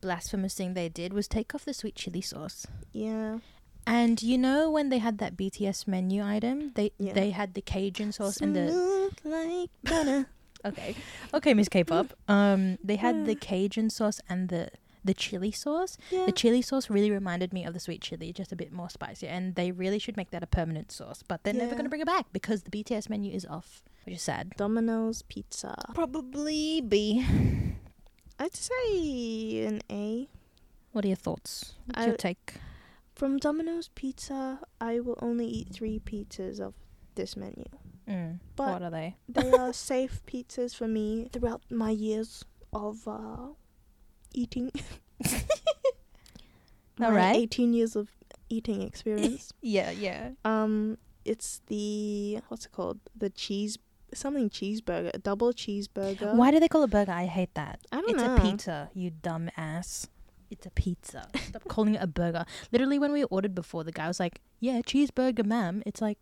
Speaker 1: blasphemous thing they did was take off the sweet chili sauce.
Speaker 2: Yeah.
Speaker 1: And you know when they had that BTS menu item, they
Speaker 2: Yeah.
Speaker 1: they had the Cajun sauce and the
Speaker 2: Smooth like butter.
Speaker 1: okay, okay, Miss K-pop. Um, they had the Cajun sauce and the the chili sauce.
Speaker 2: yeah.
Speaker 1: The chili sauce really reminded me of the sweet chili, just a bit more spicy. And they really should make that a permanent sauce, but they're never
Speaker 2: Yeah.
Speaker 1: gonna bring it back because the BTS menu is off, which is sad.
Speaker 2: Domino's pizza.
Speaker 1: Probably B.
Speaker 2: I'd say an A.
Speaker 1: What are your thoughts? What's your
Speaker 2: I-
Speaker 1: take?
Speaker 2: From Domino's pizza, I will only eat three pizzas of this menu.
Speaker 1: Mm,
Speaker 2: But
Speaker 1: what are they?
Speaker 2: they are safe pizzas for me throughout my years of uh, eating.
Speaker 1: All
Speaker 2: my
Speaker 1: right.
Speaker 2: 18 years of eating experience.
Speaker 1: Yeah, yeah.
Speaker 2: um, it's the what's it called? The cheese something cheeseburger, a double cheeseburger.
Speaker 1: Why do they call it burger? I hate that.
Speaker 2: I don't
Speaker 1: It's
Speaker 2: know.
Speaker 1: a pizza, you dumb ass. It's a pizza. Stop calling it a burger. Literally, when we ordered before, the guy was like, "Yeah, cheeseburger, ma'am." It's like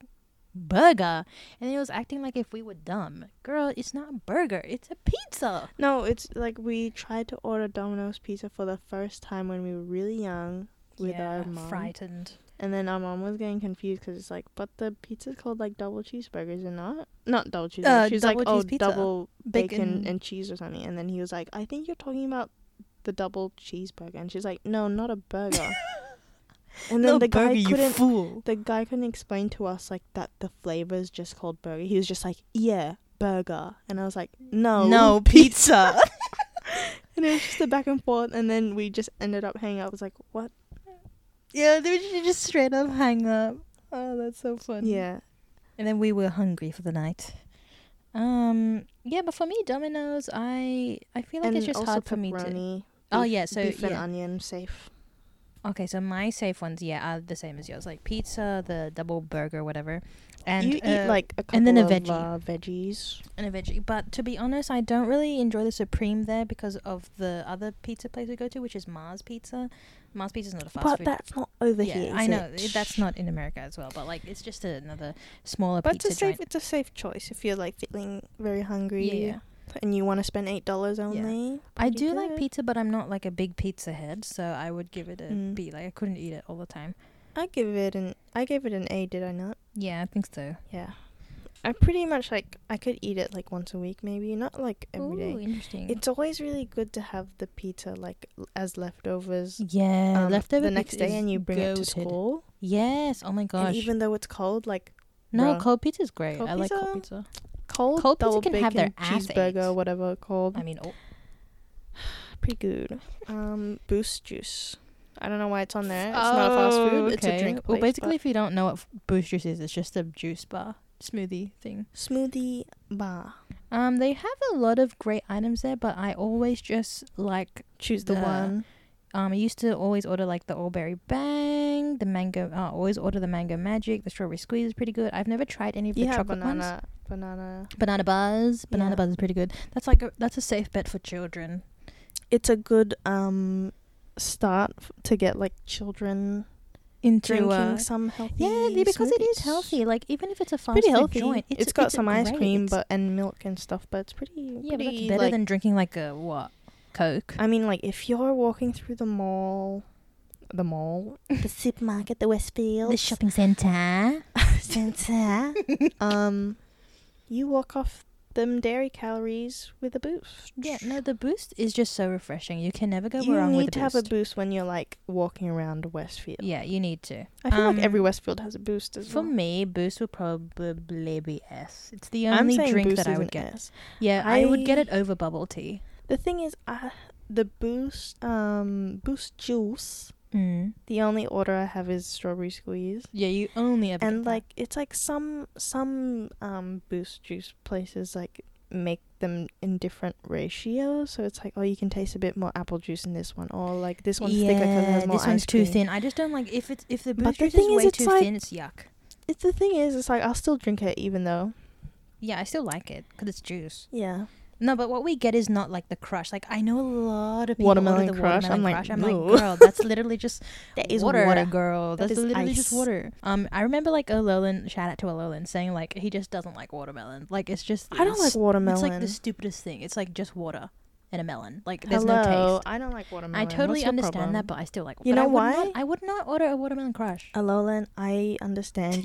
Speaker 1: burger, and he was acting like if we were dumb. Girl, it's not a burger. It's a pizza.
Speaker 2: No, it's like we tried to order Domino's pizza for the first time when we were really young with our mom,
Speaker 1: frightened.
Speaker 2: and then our mom was getting confused because it's like, but the pizza's called like double cheeseburgers and not not double cheeseburgers.
Speaker 1: Uh,
Speaker 2: she was like,
Speaker 1: double
Speaker 2: oh,
Speaker 1: cheese pizza.
Speaker 2: double bacon,
Speaker 1: Bacon.
Speaker 2: and cheese or something, and then he was like, I think you're talking about the double cheeseburger, and she's like, no, not a burger. and then
Speaker 1: No
Speaker 2: the
Speaker 1: burger,
Speaker 2: guy
Speaker 1: you
Speaker 2: couldn't.
Speaker 1: fool.
Speaker 2: the guy couldn't explain to us like that the flavor is just called burger. He was just like, yeah, burger, and I was like, no,
Speaker 1: No pizza.
Speaker 2: and it was just a back and forth, and then we just ended up hanging out. I was like, what?
Speaker 1: yeah, they would just straight up hang up. Oh, that's so funny.
Speaker 2: Yeah.
Speaker 1: And then we were hungry for the night. Um. Yeah, but for me, Domino's, I I feel like
Speaker 2: and
Speaker 1: it's just
Speaker 2: also
Speaker 1: hard for me to.
Speaker 2: pepperoni,
Speaker 1: Oh
Speaker 2: beef-
Speaker 1: yeah, so
Speaker 2: beef and
Speaker 1: yeah.
Speaker 2: onion safe.
Speaker 1: Okay, so my safe ones, yeah, are the same as yours, like pizza, the double burger, whatever, and
Speaker 2: you
Speaker 1: uh,
Speaker 2: eat like a couple
Speaker 1: and then a
Speaker 2: of
Speaker 1: veggie.
Speaker 2: uh, veggies.
Speaker 1: and a veggie. But to be honest, I don't really enjoy the Supreme there because of the other pizza place we go to, which is Mars Pizza. Mars Pizza's not a fast
Speaker 2: but
Speaker 1: food.
Speaker 2: that's not over
Speaker 1: yeah,
Speaker 2: here.
Speaker 1: I
Speaker 2: is
Speaker 1: know
Speaker 2: it?
Speaker 1: it- that's not in America as well, but like it's just another smaller
Speaker 2: But it's
Speaker 1: pizza
Speaker 2: a safe.
Speaker 1: joint.
Speaker 2: It's a safe choice if you're like feeling very
Speaker 1: Yeah,
Speaker 2: hungry
Speaker 1: yeah.
Speaker 2: and you want to spend eight dollars only.
Speaker 1: I
Speaker 2: Pretty
Speaker 1: do like
Speaker 2: good.
Speaker 1: pizza, but I'm not like a big pizza head, so I would give it a B.
Speaker 2: Mm.
Speaker 1: Like I couldn't eat it all the time.
Speaker 2: I give it an. I gave it an A. Did I not?
Speaker 1: Yeah, I think so.
Speaker 2: Yeah. I pretty much like I could eat it like once a week, maybe not like every day.
Speaker 1: Ooh, interesting.
Speaker 2: It's always really good to have the pizza like l- as leftovers.
Speaker 1: yeah,
Speaker 2: um,
Speaker 1: leftover
Speaker 2: the next
Speaker 1: pizza
Speaker 2: day,
Speaker 1: is
Speaker 2: and you bring it to
Speaker 1: goated.
Speaker 2: school.
Speaker 1: Yes. Oh my gosh.
Speaker 2: And even though it's cold, like
Speaker 1: no,
Speaker 2: Bruh.
Speaker 1: cold pizza is great.
Speaker 2: Cold
Speaker 1: I like cold
Speaker 2: pizza?
Speaker 1: pizza.
Speaker 2: cold,
Speaker 1: Cold pizza
Speaker 2: double
Speaker 1: can
Speaker 2: bacon
Speaker 1: have their ass
Speaker 2: cheeseburger,
Speaker 1: ate.
Speaker 2: whatever cold,
Speaker 1: I mean, oh,
Speaker 2: pretty good. Um, Boost juice. I don't know why it's on there. It's not a fast food. It's a drink.
Speaker 1: Oh, Well,
Speaker 2: place,
Speaker 1: basically, if you don't know what f- Boost Juice is, it's just a juice bar smoothie thing.
Speaker 2: but- smoothie bar.
Speaker 1: Um, they have a lot of great items there, but I always just like
Speaker 2: Choose the
Speaker 1: The-
Speaker 2: one.
Speaker 1: Um, I used to always order like the all berry bang, the mango. Uh, always order the mango magic. The strawberry squeeze is pretty good. I've never tried any of the
Speaker 2: You have
Speaker 1: chocolate
Speaker 2: banana,
Speaker 1: ones.
Speaker 2: banana.
Speaker 1: Banana buzz, banana
Speaker 2: Yeah.
Speaker 1: buzz is pretty good. That's like a, that's a safe bet for children.
Speaker 2: It's a good um start f- to get like children
Speaker 1: Into
Speaker 2: drinking
Speaker 1: uh,
Speaker 2: some healthy.
Speaker 1: yeah, they- because it is
Speaker 2: smoothies.
Speaker 1: healthy. Like even if it's a fast
Speaker 2: pretty
Speaker 1: food
Speaker 2: healthy.
Speaker 1: joint, it's,
Speaker 2: it's got
Speaker 1: it's
Speaker 2: some ice cream,
Speaker 1: great.
Speaker 2: but and milk and stuff. But it's pretty.
Speaker 1: yeah, but that's
Speaker 2: pretty,
Speaker 1: better
Speaker 2: like-
Speaker 1: than drinking like a what Coke.
Speaker 2: I mean, like if you're walking through the mall, the mall, the supermarket, the Westfield,
Speaker 1: the shopping center.
Speaker 2: center. um, you walk off them dairy calories with a boost.
Speaker 1: Yeah, no, the boost is just so refreshing. You can never go
Speaker 2: you
Speaker 1: wrong
Speaker 2: need
Speaker 1: with
Speaker 2: to
Speaker 1: the
Speaker 2: have
Speaker 1: boost.
Speaker 2: a boost when you're like walking around Westfield.
Speaker 1: yeah, you need to.
Speaker 2: I feel
Speaker 1: Um,
Speaker 2: like every Westfield has a boost as
Speaker 1: For
Speaker 2: well.
Speaker 1: me, Boost would probably be S. It's the
Speaker 2: I'm
Speaker 1: only
Speaker 2: saying
Speaker 1: drink
Speaker 2: Boost
Speaker 1: that I
Speaker 2: is
Speaker 1: would
Speaker 2: an
Speaker 1: get.
Speaker 2: S.
Speaker 1: Yeah, I, would get
Speaker 2: I-
Speaker 1: it over bubble tea.
Speaker 2: The thing is, I, the boost, um, boost juice.
Speaker 1: Mm.
Speaker 2: The only order I have is strawberry squeeze,
Speaker 1: Yeah, you only ever
Speaker 2: and like it's like some some um boost juice places like make them in different ratios. So it's like, oh, you can taste a bit more apple juice in this one, or like this one's thicker because it has more
Speaker 1: this one's
Speaker 2: ice
Speaker 1: too
Speaker 2: cream.
Speaker 1: thin. I just don't like if it's if the boost
Speaker 2: But the
Speaker 1: juice is
Speaker 2: thing is,
Speaker 1: way
Speaker 2: it's
Speaker 1: too
Speaker 2: like-
Speaker 1: thin. It's yuck.
Speaker 2: It's the thing is, it's like I'll still drink it even though.
Speaker 1: Yeah, I still like it because it's juice.
Speaker 2: Yeah.
Speaker 1: No, but what we get is not like the crush. Like I know a lot of people
Speaker 2: Watermelon
Speaker 1: order the
Speaker 2: Crush?
Speaker 1: watermelon
Speaker 2: I'm like,
Speaker 1: crush. I'm like,
Speaker 2: "No."
Speaker 1: girl, that's literally just
Speaker 2: That is
Speaker 1: water,
Speaker 2: water.
Speaker 1: girl.
Speaker 2: That
Speaker 1: that's
Speaker 2: is
Speaker 1: literally just
Speaker 2: ice.
Speaker 1: water. Um, I remember like Ololan. Shout out to Ololan saying like he just doesn't like watermelon. Like it's just
Speaker 2: I don't
Speaker 1: it's-
Speaker 2: like watermelon.
Speaker 1: It's like the stupidest thing. It's like just water and a melon. Like there's
Speaker 2: Hello,
Speaker 1: no taste.
Speaker 2: I don't like watermelon.
Speaker 1: I totally
Speaker 2: What's your
Speaker 1: understand
Speaker 2: problem?
Speaker 1: that, but I still like.
Speaker 2: You
Speaker 1: but I
Speaker 2: know
Speaker 1: would
Speaker 2: why?
Speaker 1: not- I would not order a watermelon crush.
Speaker 2: Alolan, I understand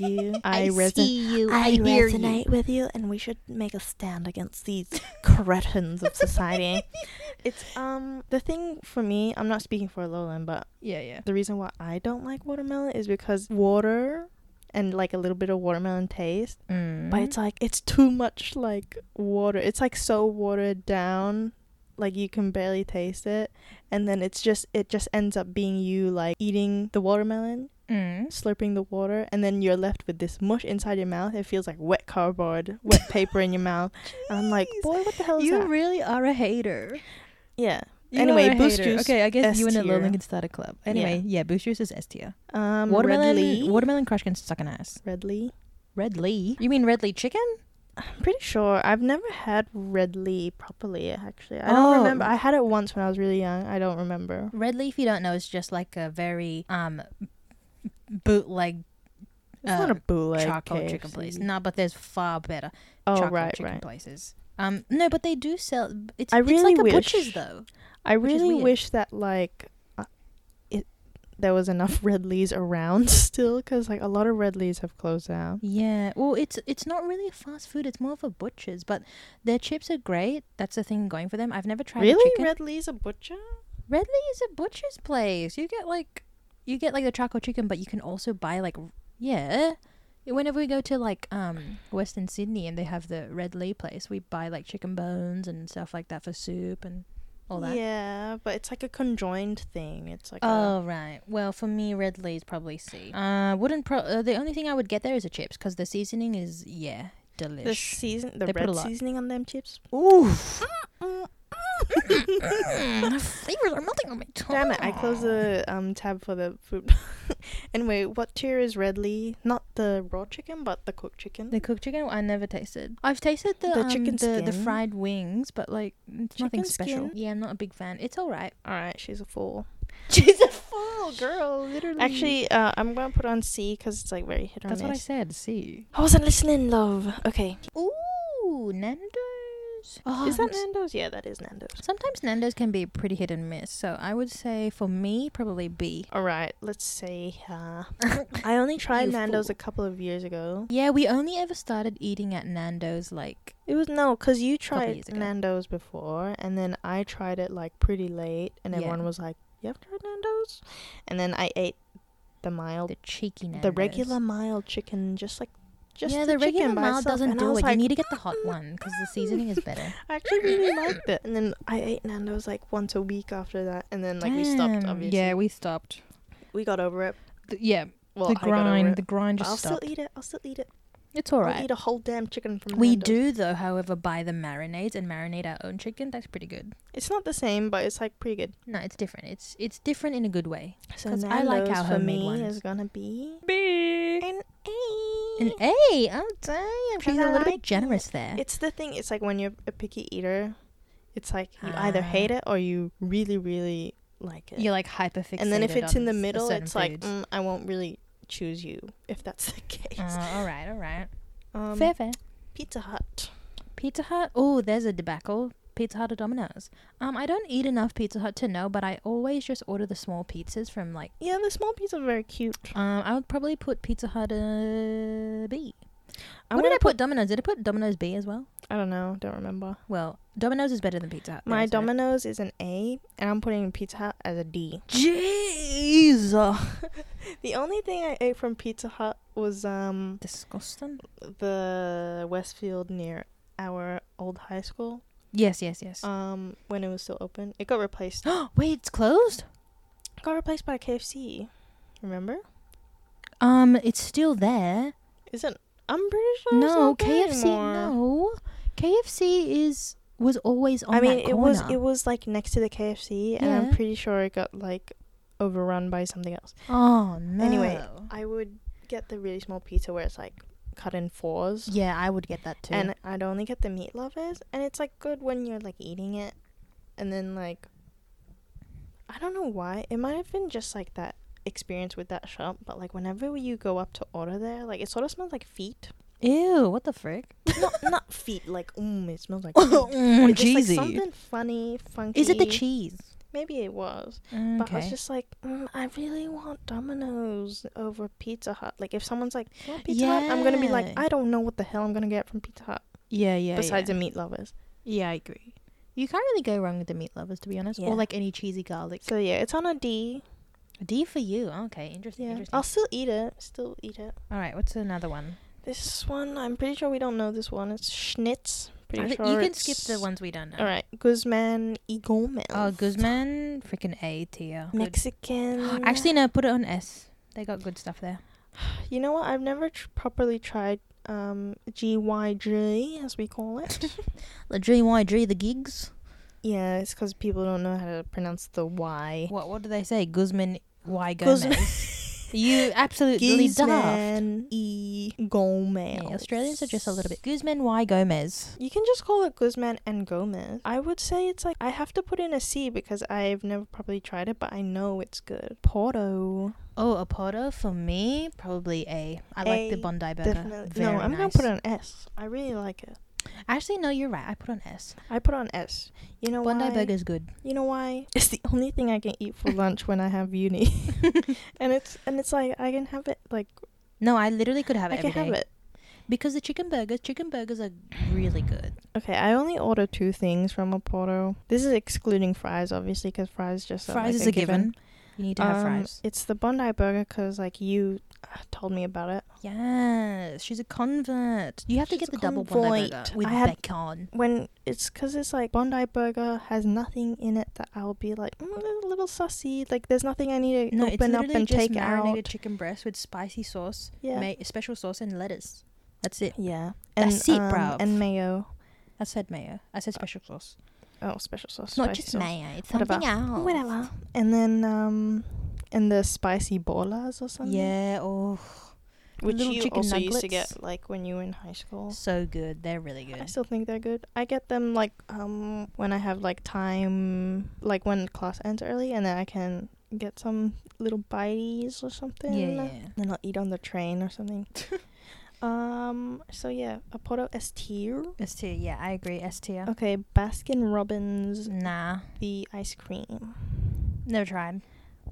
Speaker 2: you. I, resonate.
Speaker 1: see you.
Speaker 2: I,
Speaker 1: hear you.
Speaker 2: resonate with you, and we should make a stand against these cretins of society. It's um the thing for me. I'm not speaking for Alolan, but
Speaker 1: Yeah, yeah.
Speaker 2: the reason why I don't like watermelon is because water and like a little bit of watermelon taste, but
Speaker 1: Mm.
Speaker 2: it's like it's too much like water. It's like so watered down. Like you can barely taste it, and then it's just it just ends up being you like eating the watermelon
Speaker 1: Mm.
Speaker 2: slurping the water and then you're left with this mush inside your mouth it feels like wet cardboard wet paper in your mouth and i'm like
Speaker 1: Jeez.
Speaker 2: boy what the hell is
Speaker 1: you
Speaker 2: that
Speaker 1: really are a hater.
Speaker 2: yeah
Speaker 1: You
Speaker 2: Anyway,
Speaker 1: are a
Speaker 2: Boost
Speaker 1: hater.
Speaker 2: Juice,
Speaker 1: Okay, I guess
Speaker 2: S
Speaker 1: you and the
Speaker 2: tier.
Speaker 1: Lowland can start a club. Anyway, yeah, Boost Juice is S tier.
Speaker 2: Um,
Speaker 1: watermelon,
Speaker 2: Red Lee.
Speaker 1: watermelon crush can suck an ass.
Speaker 2: Red Lee.
Speaker 1: Red Lee. You mean Red Lee chicken?
Speaker 2: I'm pretty sure I've never had Red Lee properly. Actually, I don't
Speaker 1: Oh.
Speaker 2: remember. I had it once when I was really young. I don't remember.
Speaker 1: Red Lee, if you don't know, is just like a very um bootleg
Speaker 2: It's not
Speaker 1: uh,
Speaker 2: a bootleg
Speaker 1: charcoal chicken
Speaker 2: KFC.
Speaker 1: place. No, but there's far better
Speaker 2: Oh
Speaker 1: charcoal
Speaker 2: right,
Speaker 1: chicken
Speaker 2: right.
Speaker 1: places. Um, no, but they do sell. It's,
Speaker 2: I
Speaker 1: it's
Speaker 2: really
Speaker 1: like a
Speaker 2: wish-
Speaker 1: butcher's though.
Speaker 2: I
Speaker 1: which is
Speaker 2: really
Speaker 1: weird.
Speaker 2: wish that like uh, it there was enough Red Lees around still, because like a lot of Red Lees have closed down.
Speaker 1: Yeah. Well, it's it's not really a fast food. It's more of a butcher's, but their chips are great. That's the thing going for them. I've never tried the
Speaker 2: really,
Speaker 1: chicken.
Speaker 2: Red Lee's a butcher?
Speaker 1: Red Lee is a butcher's place. You get like you get like the charcoal chicken, but you can also buy like yeah. Whenever we go to like um Western Sydney and they have the Red Lee place, we buy like chicken bones and stuff like that for soup and all that.
Speaker 2: Yeah, but it's like a conjoined thing. It's like a,
Speaker 1: Oh right. Well, for me, Red Lee's probably C. Uh, wouldn't pro. Uh, the only thing I would get there is the chips because the seasoning is yeah, delish.
Speaker 2: the season, the
Speaker 1: They put a
Speaker 2: red
Speaker 1: lot.
Speaker 2: seasoning on them chips.
Speaker 1: Oof. the flavors are melting on my tongue.
Speaker 2: Damn it! I closed the um tab for the food. anyway, what tier is Red Lee? Not the raw chicken, but the cooked chicken.
Speaker 1: The cooked chicken I never tasted. I've tasted the
Speaker 2: The
Speaker 1: um,
Speaker 2: chicken
Speaker 1: the, the
Speaker 2: skin.
Speaker 1: fried wings, but like it's nothing
Speaker 2: Chicken
Speaker 1: special.
Speaker 2: skin.
Speaker 1: Yeah, I'm not a big fan. It's all right.
Speaker 2: All right, she's a fool.
Speaker 1: She's a fool, girl. Literally.
Speaker 2: Actually, uh, I'm gonna put on C because it's like very hit or
Speaker 1: that's
Speaker 2: miss.
Speaker 1: what I said. See.
Speaker 2: I wasn't listening, love. Okay.
Speaker 1: Ooh, Nando's. Oh,
Speaker 2: is
Speaker 1: I'm
Speaker 2: that
Speaker 1: s-
Speaker 2: Nando's? Yeah, that is Nando's.
Speaker 1: Sometimes Nando's can be pretty hit and miss, so I would say for me probably B.
Speaker 2: All right, let's see. Uh, I only tried
Speaker 1: You
Speaker 2: Nando's
Speaker 1: fool.
Speaker 2: a couple of years ago.
Speaker 1: yeah, we only ever started eating at Nando's like
Speaker 2: It was no, cause you tried
Speaker 1: years ago.
Speaker 2: Nando's before, and then I tried it like pretty late, and
Speaker 1: Yeah.
Speaker 2: everyone was like, "You have tried Nando's," and then I ate the mild,
Speaker 1: the cheeky Nando's.
Speaker 2: the regular mild chicken, just like just
Speaker 1: yeah, the, regular
Speaker 2: chicken by
Speaker 1: mild
Speaker 2: itself,
Speaker 1: doesn't
Speaker 2: and I
Speaker 1: do
Speaker 2: was
Speaker 1: it.
Speaker 2: like, "Mm,
Speaker 1: you need to get the hot one because the seasoning is better.
Speaker 2: I actually really liked it, and then I ate Nando's like once a week after that, and then like we stopped.
Speaker 1: Damn,
Speaker 2: Obviously,
Speaker 1: Yeah, we stopped.
Speaker 2: we got over it.
Speaker 1: The- yeah,
Speaker 2: Well,
Speaker 1: the
Speaker 2: I got over
Speaker 1: grind,
Speaker 2: it.
Speaker 1: the grind
Speaker 2: But
Speaker 1: just
Speaker 2: I'll
Speaker 1: stopped.
Speaker 2: still eat it. I'll still eat it.
Speaker 1: It's all
Speaker 2: I'll
Speaker 1: right.
Speaker 2: eat a whole damn chicken from
Speaker 1: We
Speaker 2: Nando's.
Speaker 1: do though, however, buy the marinades and marinate our own chicken. That's pretty good.
Speaker 2: It's not the same, but it's like pretty good.
Speaker 1: No, it's different. It's it's different in a good way.
Speaker 2: So
Speaker 1: 'Cause I like
Speaker 2: Nando's
Speaker 1: our
Speaker 2: for
Speaker 1: homemade
Speaker 2: me
Speaker 1: ones.
Speaker 2: is gonna be
Speaker 1: B.
Speaker 2: an A.
Speaker 1: An A. Oh damn, she's
Speaker 2: 'Cause
Speaker 1: a
Speaker 2: I
Speaker 1: little
Speaker 2: like
Speaker 1: bit
Speaker 2: it.
Speaker 1: generous there.
Speaker 2: It's the thing. It's like when you're a picky eater, it's like you either
Speaker 1: Ah.
Speaker 2: hate it or you really, really like it.
Speaker 1: You're like hyper fixated.
Speaker 2: and then if it's in the
Speaker 1: on s- a
Speaker 2: middle,
Speaker 1: certain
Speaker 2: it's like
Speaker 1: food.
Speaker 2: mm, I won't really choose you if that's the case.
Speaker 1: Uh, all right, all right.
Speaker 2: um,
Speaker 1: fair, fair.
Speaker 2: Pizza Hut.
Speaker 1: Pizza Hut. Oh, there's a debacle. Pizza Hut or Domino's. Um, I don't eat enough Pizza Hut to know, but I always just order the small pizzas from like.
Speaker 2: Yeah, the small pizza are very cute.
Speaker 1: Um, I would probably put Pizza Hut uh, B.
Speaker 2: I'm
Speaker 1: what did
Speaker 2: gonna
Speaker 1: I put Domino's? Did I put Domino's B as well?
Speaker 2: I don't know. Don't remember.
Speaker 1: Well, Domino's is better than Pizza Hut. though,
Speaker 2: My
Speaker 1: so-
Speaker 2: Domino's is an A, and I'm putting Pizza Hut as a D.
Speaker 1: Jeez.
Speaker 2: The only thing I ate from Pizza Hut was um
Speaker 1: Disgusting.
Speaker 2: the Westfield near our old high school.
Speaker 1: Yes, yes, yes.
Speaker 2: Um, when it was still open, it got replaced.
Speaker 1: Wait, it's closed.
Speaker 2: got replaced by KFC. Remember?
Speaker 1: Um, it's still there.
Speaker 2: Isn't I'm pretty sure. it's
Speaker 1: No,
Speaker 2: not there
Speaker 1: KFC.
Speaker 2: anymore.
Speaker 1: No, KFC is was always on
Speaker 2: I mean,
Speaker 1: that
Speaker 2: it
Speaker 1: corner.
Speaker 2: was it was like next to the KFC, and I'm
Speaker 1: Yeah.
Speaker 2: pretty sure it got like overrun by something else.
Speaker 1: Oh no.
Speaker 2: Anyway, I would get the really small pizza where it's like cut in fours.
Speaker 1: yeah, I would get that too.
Speaker 2: and I'd only get the meat lovers, and it's like good when you're like eating it, and then like I don't know why it might have been just like that experience with that shop, but like whenever you go up to order there, like it sort of smells like feet,
Speaker 1: Ew, what the frick?
Speaker 2: not not feet, like mm, it smells like feet.
Speaker 1: Mm,
Speaker 2: It's just, like,
Speaker 1: cheesy.
Speaker 2: something funny, funky.
Speaker 1: is it the cheese?
Speaker 2: Maybe it was, but I was
Speaker 1: Okay.
Speaker 2: just like, mm, I really want Domino's over Pizza Hut. Like if someone's like, "You want Pizza Hut," I'm gonna be like,
Speaker 1: Yeah.
Speaker 2: I don't know what the hell I'm gonna get from Pizza Hut
Speaker 1: yeah, yeah.
Speaker 2: besides
Speaker 1: yeah.
Speaker 2: the meat lovers.
Speaker 1: yeah, I agree. You can't really go wrong with the meat lovers, to be honest,
Speaker 2: Yeah.
Speaker 1: or like any cheesy garlic.
Speaker 2: So yeah, it's on a D.
Speaker 1: D for you. Okay, interesting.
Speaker 2: Yeah,
Speaker 1: Interesting.
Speaker 2: I'll still eat it. Still eat it.
Speaker 1: All right, what's another one?
Speaker 2: This one, I'm pretty sure we don't know this one. It's Schnitz. Pretty
Speaker 1: I thi-
Speaker 2: sure
Speaker 1: you can skip
Speaker 2: it's-
Speaker 1: the ones we don't know.
Speaker 2: All right, Guzman y Gomez.
Speaker 1: Oh, Guzman, freaking A tier. Good.
Speaker 2: Mexican.
Speaker 1: Actually, no, put it on S. They got good stuff there.
Speaker 2: you know what? I've never tr- properly tried um GYG as we call it.
Speaker 1: The GYG, the gigs.
Speaker 2: Yeah, it's because people don't know how to pronounce the Y.
Speaker 1: What what do they say? Guzman Y Gomez.
Speaker 2: Guzman.
Speaker 1: You absolutely daft.
Speaker 2: Guzman E.
Speaker 1: Yeah,
Speaker 2: Gomez.
Speaker 1: Australians are just a little bit Guzman Y Gomez.
Speaker 2: You can just call it Guzman and Gomez. I would say it's like I have to put in a C because I've never probably tried it, but I know it's good. Porto.
Speaker 1: Oh, a porter for me, probably A. I like the
Speaker 2: A,
Speaker 1: Bondi burger.
Speaker 2: Definitely.
Speaker 1: Very
Speaker 2: No, I'm
Speaker 1: nice.
Speaker 2: gonna put an S. I really like it.
Speaker 1: Actually, no, you're right. I put on S.
Speaker 2: I put on S. You know
Speaker 1: Bondi
Speaker 2: why?
Speaker 1: burger's good.
Speaker 2: You know why? It's the only thing I can eat for lunch when I have uni, and it's and it's like I can have it like
Speaker 1: No, I literally could have
Speaker 2: I
Speaker 1: it
Speaker 2: can
Speaker 1: every day
Speaker 2: have it.
Speaker 1: because the chicken burgers, chicken burgers are really good.
Speaker 2: Okay, I only order two things from a Porto. This is excluding fries, obviously, because fries just are,
Speaker 1: fries
Speaker 2: like,
Speaker 1: is a given. You need to have
Speaker 2: Um,
Speaker 1: fries.
Speaker 2: It's the Bondi burger because like you uh, told me about it.
Speaker 1: Yes, she's a convert. You have to
Speaker 2: She's
Speaker 1: get the
Speaker 2: a
Speaker 1: double Bondi burger
Speaker 2: convoit.
Speaker 1: with
Speaker 2: I had-
Speaker 1: bacon.
Speaker 2: When it's because it's like Bondi burger has nothing in it that I'll be like mm, a little sussy. Like there's nothing I need to
Speaker 1: No, it's
Speaker 2: open up
Speaker 1: literally
Speaker 2: and
Speaker 1: just
Speaker 2: take out.
Speaker 1: marinated chicken breast with spicy sauce,
Speaker 2: Yeah,
Speaker 1: ma- special sauce and lettuce. That's it.
Speaker 2: yeah, and
Speaker 1: That's it,
Speaker 2: um,
Speaker 1: bruv.
Speaker 2: and mayo.
Speaker 1: I said mayo. I said special sauce.
Speaker 2: Oh, special sauce.
Speaker 1: It's not
Speaker 2: spicy
Speaker 1: just
Speaker 2: sauce.
Speaker 1: mayo. It's
Speaker 2: Whatever.
Speaker 1: something else.
Speaker 2: Whatever. And then um, and the spicy bolas or something.
Speaker 1: Yeah. Oh,
Speaker 2: which
Speaker 1: little
Speaker 2: you
Speaker 1: chicken
Speaker 2: also used to
Speaker 1: nuggets.
Speaker 2: get like when you were in high school.
Speaker 1: so good. They're really
Speaker 2: I
Speaker 1: good.
Speaker 2: still think they're good. I get them like um when I have like time, like when class ends early, and then I can get some little bites or something.
Speaker 1: Yeah, yeah.
Speaker 2: Then I'll eat on the train or something. um. So yeah, a Porto S tier.
Speaker 1: S tier. Yeah, I agree. S tier.
Speaker 2: Okay, Baskin Robbins
Speaker 1: Nah,
Speaker 2: the ice cream.
Speaker 1: never tried.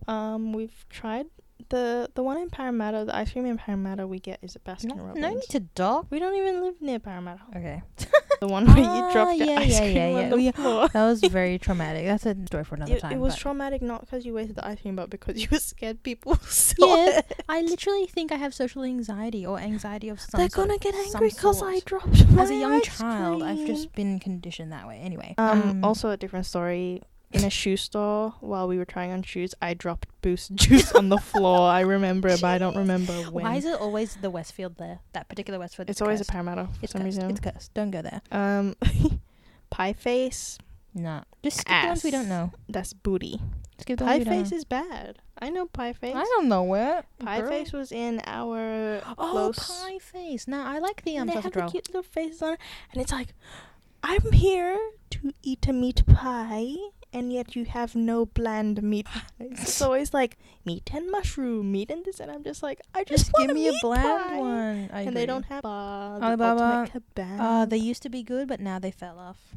Speaker 2: Um, we've tried the the one in Parramatta. The ice cream in Parramatta we get is at Baskin
Speaker 1: No,
Speaker 2: Robbins.
Speaker 1: no need to dock.
Speaker 2: We don't even live near Parramatta.
Speaker 1: Okay.
Speaker 2: The one where
Speaker 1: Ah,
Speaker 2: you dropped your
Speaker 1: yeah,
Speaker 2: ice
Speaker 1: yeah,
Speaker 2: cream
Speaker 1: yeah,
Speaker 2: on
Speaker 1: yeah.
Speaker 2: the
Speaker 1: Oh, yeah.
Speaker 2: floor.
Speaker 1: That was very traumatic. That's a story for another
Speaker 2: It,
Speaker 1: time.
Speaker 2: it was
Speaker 1: but-
Speaker 2: traumatic not because you wasted the ice cream, but because you were scared people would saw
Speaker 1: yeah,
Speaker 2: it.
Speaker 1: I literally think I have social anxiety or anxiety of some
Speaker 2: They're
Speaker 1: sort.
Speaker 2: gonna get
Speaker 1: some
Speaker 2: angry because I
Speaker 1: sort.
Speaker 2: dropped my
Speaker 1: As a young
Speaker 2: ice
Speaker 1: child, I've
Speaker 2: cream.
Speaker 1: just been conditioned that way. Anyway.
Speaker 2: Um, also a different story. In a shoe store, while we were trying on shoes, I dropped Boost Juice on the floor. I remember, but I don't
Speaker 1: Jeez.
Speaker 2: remember when.
Speaker 1: Why is it always the Westfield there? That particular Westfield.
Speaker 2: It's always
Speaker 1: cursed.
Speaker 2: a Parramatta for
Speaker 1: It's
Speaker 2: some
Speaker 1: cursed.
Speaker 2: reason.
Speaker 1: It's cursed. Don't go there.
Speaker 2: Um, pie face.
Speaker 1: Nah. Just skip the ones we don't
Speaker 2: Ass.
Speaker 1: know.
Speaker 2: That's booty.
Speaker 1: Skip the ones
Speaker 2: Pie
Speaker 1: we don't
Speaker 2: face
Speaker 1: know.
Speaker 2: is bad. I know pie face.
Speaker 1: I don't know where.
Speaker 2: Pie
Speaker 1: girl.
Speaker 2: face was in our
Speaker 1: Oh,
Speaker 2: close.
Speaker 1: pie face. Nah, I like the um,
Speaker 2: and they have
Speaker 1: sausage
Speaker 2: the
Speaker 1: roll.
Speaker 2: cute little faces on it, and it's like, I'm here to eat a meat pie, and yet you have no bland meat pie. it's always like meat and mushroom, meat and this, and I'm just like, I just,
Speaker 1: Just
Speaker 2: want
Speaker 1: give me a
Speaker 2: meat
Speaker 1: bland
Speaker 2: pie.
Speaker 1: one. I
Speaker 2: and they
Speaker 1: agree.
Speaker 2: don't have uh, the
Speaker 1: Alibaba.
Speaker 2: ultimate kebab.
Speaker 1: Uh, they used to be good, but now they fell off.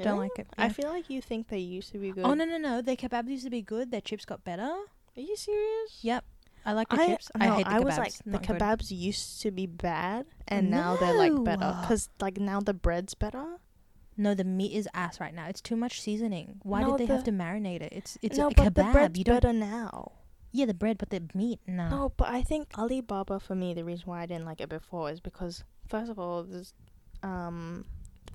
Speaker 1: Don't
Speaker 2: Really?
Speaker 1: like it.
Speaker 2: I
Speaker 1: Yeah.
Speaker 2: feel like you think they used to be good.
Speaker 1: Oh no no no! Their kebabs used to be good. Their chips got better.
Speaker 2: Are you serious?
Speaker 1: Yep, I like the
Speaker 2: I,
Speaker 1: chips.
Speaker 2: no,
Speaker 1: I hate the
Speaker 2: I
Speaker 1: kebabs.
Speaker 2: was like the
Speaker 1: Not good.
Speaker 2: kebabs used to be bad, and now they're like better
Speaker 1: No.
Speaker 2: because like now the bread's better.
Speaker 1: No, the meat is ass right now. It's too much seasoning. Why
Speaker 2: No,
Speaker 1: did they have to
Speaker 2: the-
Speaker 1: marinate it? It's it's
Speaker 2: no,
Speaker 1: a
Speaker 2: but the
Speaker 1: kebab.
Speaker 2: bread's
Speaker 1: You don't.
Speaker 2: better now.
Speaker 1: Yeah, the bread, but the meat. No.
Speaker 2: No, but I think Alibaba for me the reason why I didn't like it before is because first of all, there's, um,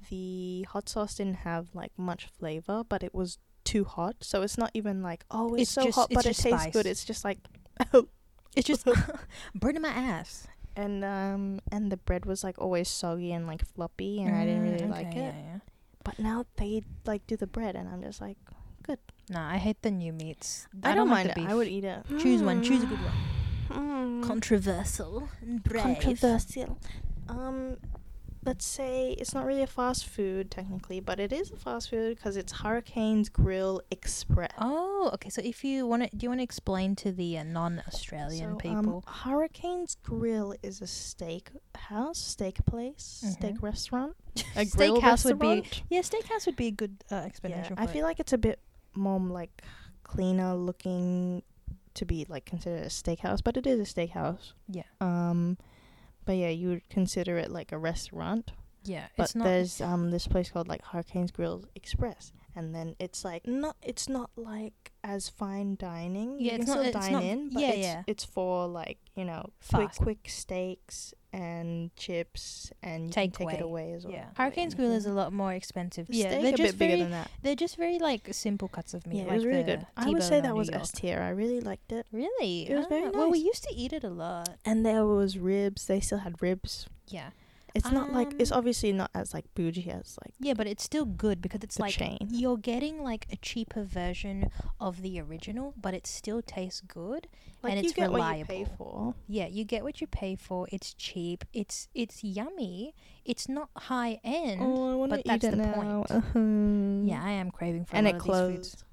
Speaker 2: the hot sauce didn't have like much flavor, but it was too hot, so it's not even like oh it's,
Speaker 1: It's
Speaker 2: so
Speaker 1: just-
Speaker 2: hot,
Speaker 1: it's
Speaker 2: but it
Speaker 1: just
Speaker 2: tastes good.
Speaker 1: spice.
Speaker 2: It's just like oh.
Speaker 1: It's just burning my ass.
Speaker 2: and um and the bread was like always soggy and like floppy, and I didn't
Speaker 1: Mm,
Speaker 2: really
Speaker 1: okay,
Speaker 2: like it.
Speaker 1: Yeah, yeah.
Speaker 2: But now they like do the bread, and I'm just like,
Speaker 1: No, I hate the new meats.
Speaker 2: I, don't,
Speaker 1: like
Speaker 2: mind
Speaker 1: the
Speaker 2: it.
Speaker 1: beef.
Speaker 2: I would eat it.
Speaker 1: Choose one. Choose a good one.
Speaker 2: Mm.
Speaker 1: Controversial and brave.
Speaker 2: Controversial. Um, let's say it's not really a fast food technically, but it is a fast food because it's Hurricanes Grill Express.
Speaker 1: Oh, okay. So if you want to, do you want to explain to the uh, non-Australian
Speaker 2: So, um,
Speaker 1: people?
Speaker 2: Hurricanes Grill is a steak house, steak place, steak
Speaker 1: Mhm.
Speaker 2: restaurant.
Speaker 1: A
Speaker 2: grill
Speaker 1: steakhouse would be
Speaker 2: restaurant?
Speaker 1: yeah. Steakhouse would be a good uh, explanation.
Speaker 2: Yeah, I
Speaker 1: for it.
Speaker 2: feel like it's a bit more like cleaner looking to be like considered a steakhouse, but it is a steakhouse.
Speaker 1: Yeah.
Speaker 2: Um, but yeah, you would consider it like a restaurant.
Speaker 1: yeah.
Speaker 2: But
Speaker 1: it's not.
Speaker 2: there's um this place called like Hurricanes Grill Express, and then it's like not it's not like as fine dining.
Speaker 1: Yeah,
Speaker 2: you
Speaker 1: it's
Speaker 2: can
Speaker 1: not-
Speaker 2: still
Speaker 1: it's
Speaker 2: dine
Speaker 1: not-
Speaker 2: in, but
Speaker 1: yeah,
Speaker 2: it's,
Speaker 1: yeah.
Speaker 2: it's for like you know
Speaker 1: Fast.
Speaker 2: quick quick steaks and chips, and you can take
Speaker 1: Takeaway.
Speaker 2: it away as well.
Speaker 1: yeah. Hurricane's grill is a lot more expensive.
Speaker 2: The
Speaker 1: yeah,
Speaker 2: steak
Speaker 1: they're
Speaker 2: a
Speaker 1: just
Speaker 2: bit bigger
Speaker 1: very.
Speaker 2: than that.
Speaker 1: They're just very like simple cuts of meat.
Speaker 2: Yeah,
Speaker 1: like
Speaker 2: it was really
Speaker 1: the
Speaker 2: good. I would
Speaker 1: T-bone
Speaker 2: say
Speaker 1: on
Speaker 2: that was
Speaker 1: New York.
Speaker 2: S tier. I really liked it.
Speaker 1: Really,
Speaker 2: It was
Speaker 1: Ah,
Speaker 2: very
Speaker 1: Well, we
Speaker 2: nice.
Speaker 1: used to eat it a lot.
Speaker 2: And there was ribs. They still had ribs.
Speaker 1: Yeah.
Speaker 2: It's not like it's
Speaker 1: Um,
Speaker 2: obviously not as like bougie as like
Speaker 1: Yeah, but it's still good because it's
Speaker 2: the
Speaker 1: like
Speaker 2: chain.
Speaker 1: you're getting like a cheaper version of the original, but it still tastes good.
Speaker 2: like
Speaker 1: and
Speaker 2: you
Speaker 1: it's
Speaker 2: get
Speaker 1: reliable.
Speaker 2: what you pay for.
Speaker 1: Yeah, you get what you pay for. It's cheap. It's it's yummy. It's not high end.
Speaker 2: oh, I want to
Speaker 1: but
Speaker 2: eat
Speaker 1: that's
Speaker 2: it
Speaker 1: the
Speaker 2: now.
Speaker 1: point.
Speaker 2: Uh-huh.
Speaker 1: Yeah, I am craving for
Speaker 2: and
Speaker 1: a lot
Speaker 2: it
Speaker 1: of these
Speaker 2: closed.
Speaker 1: foods.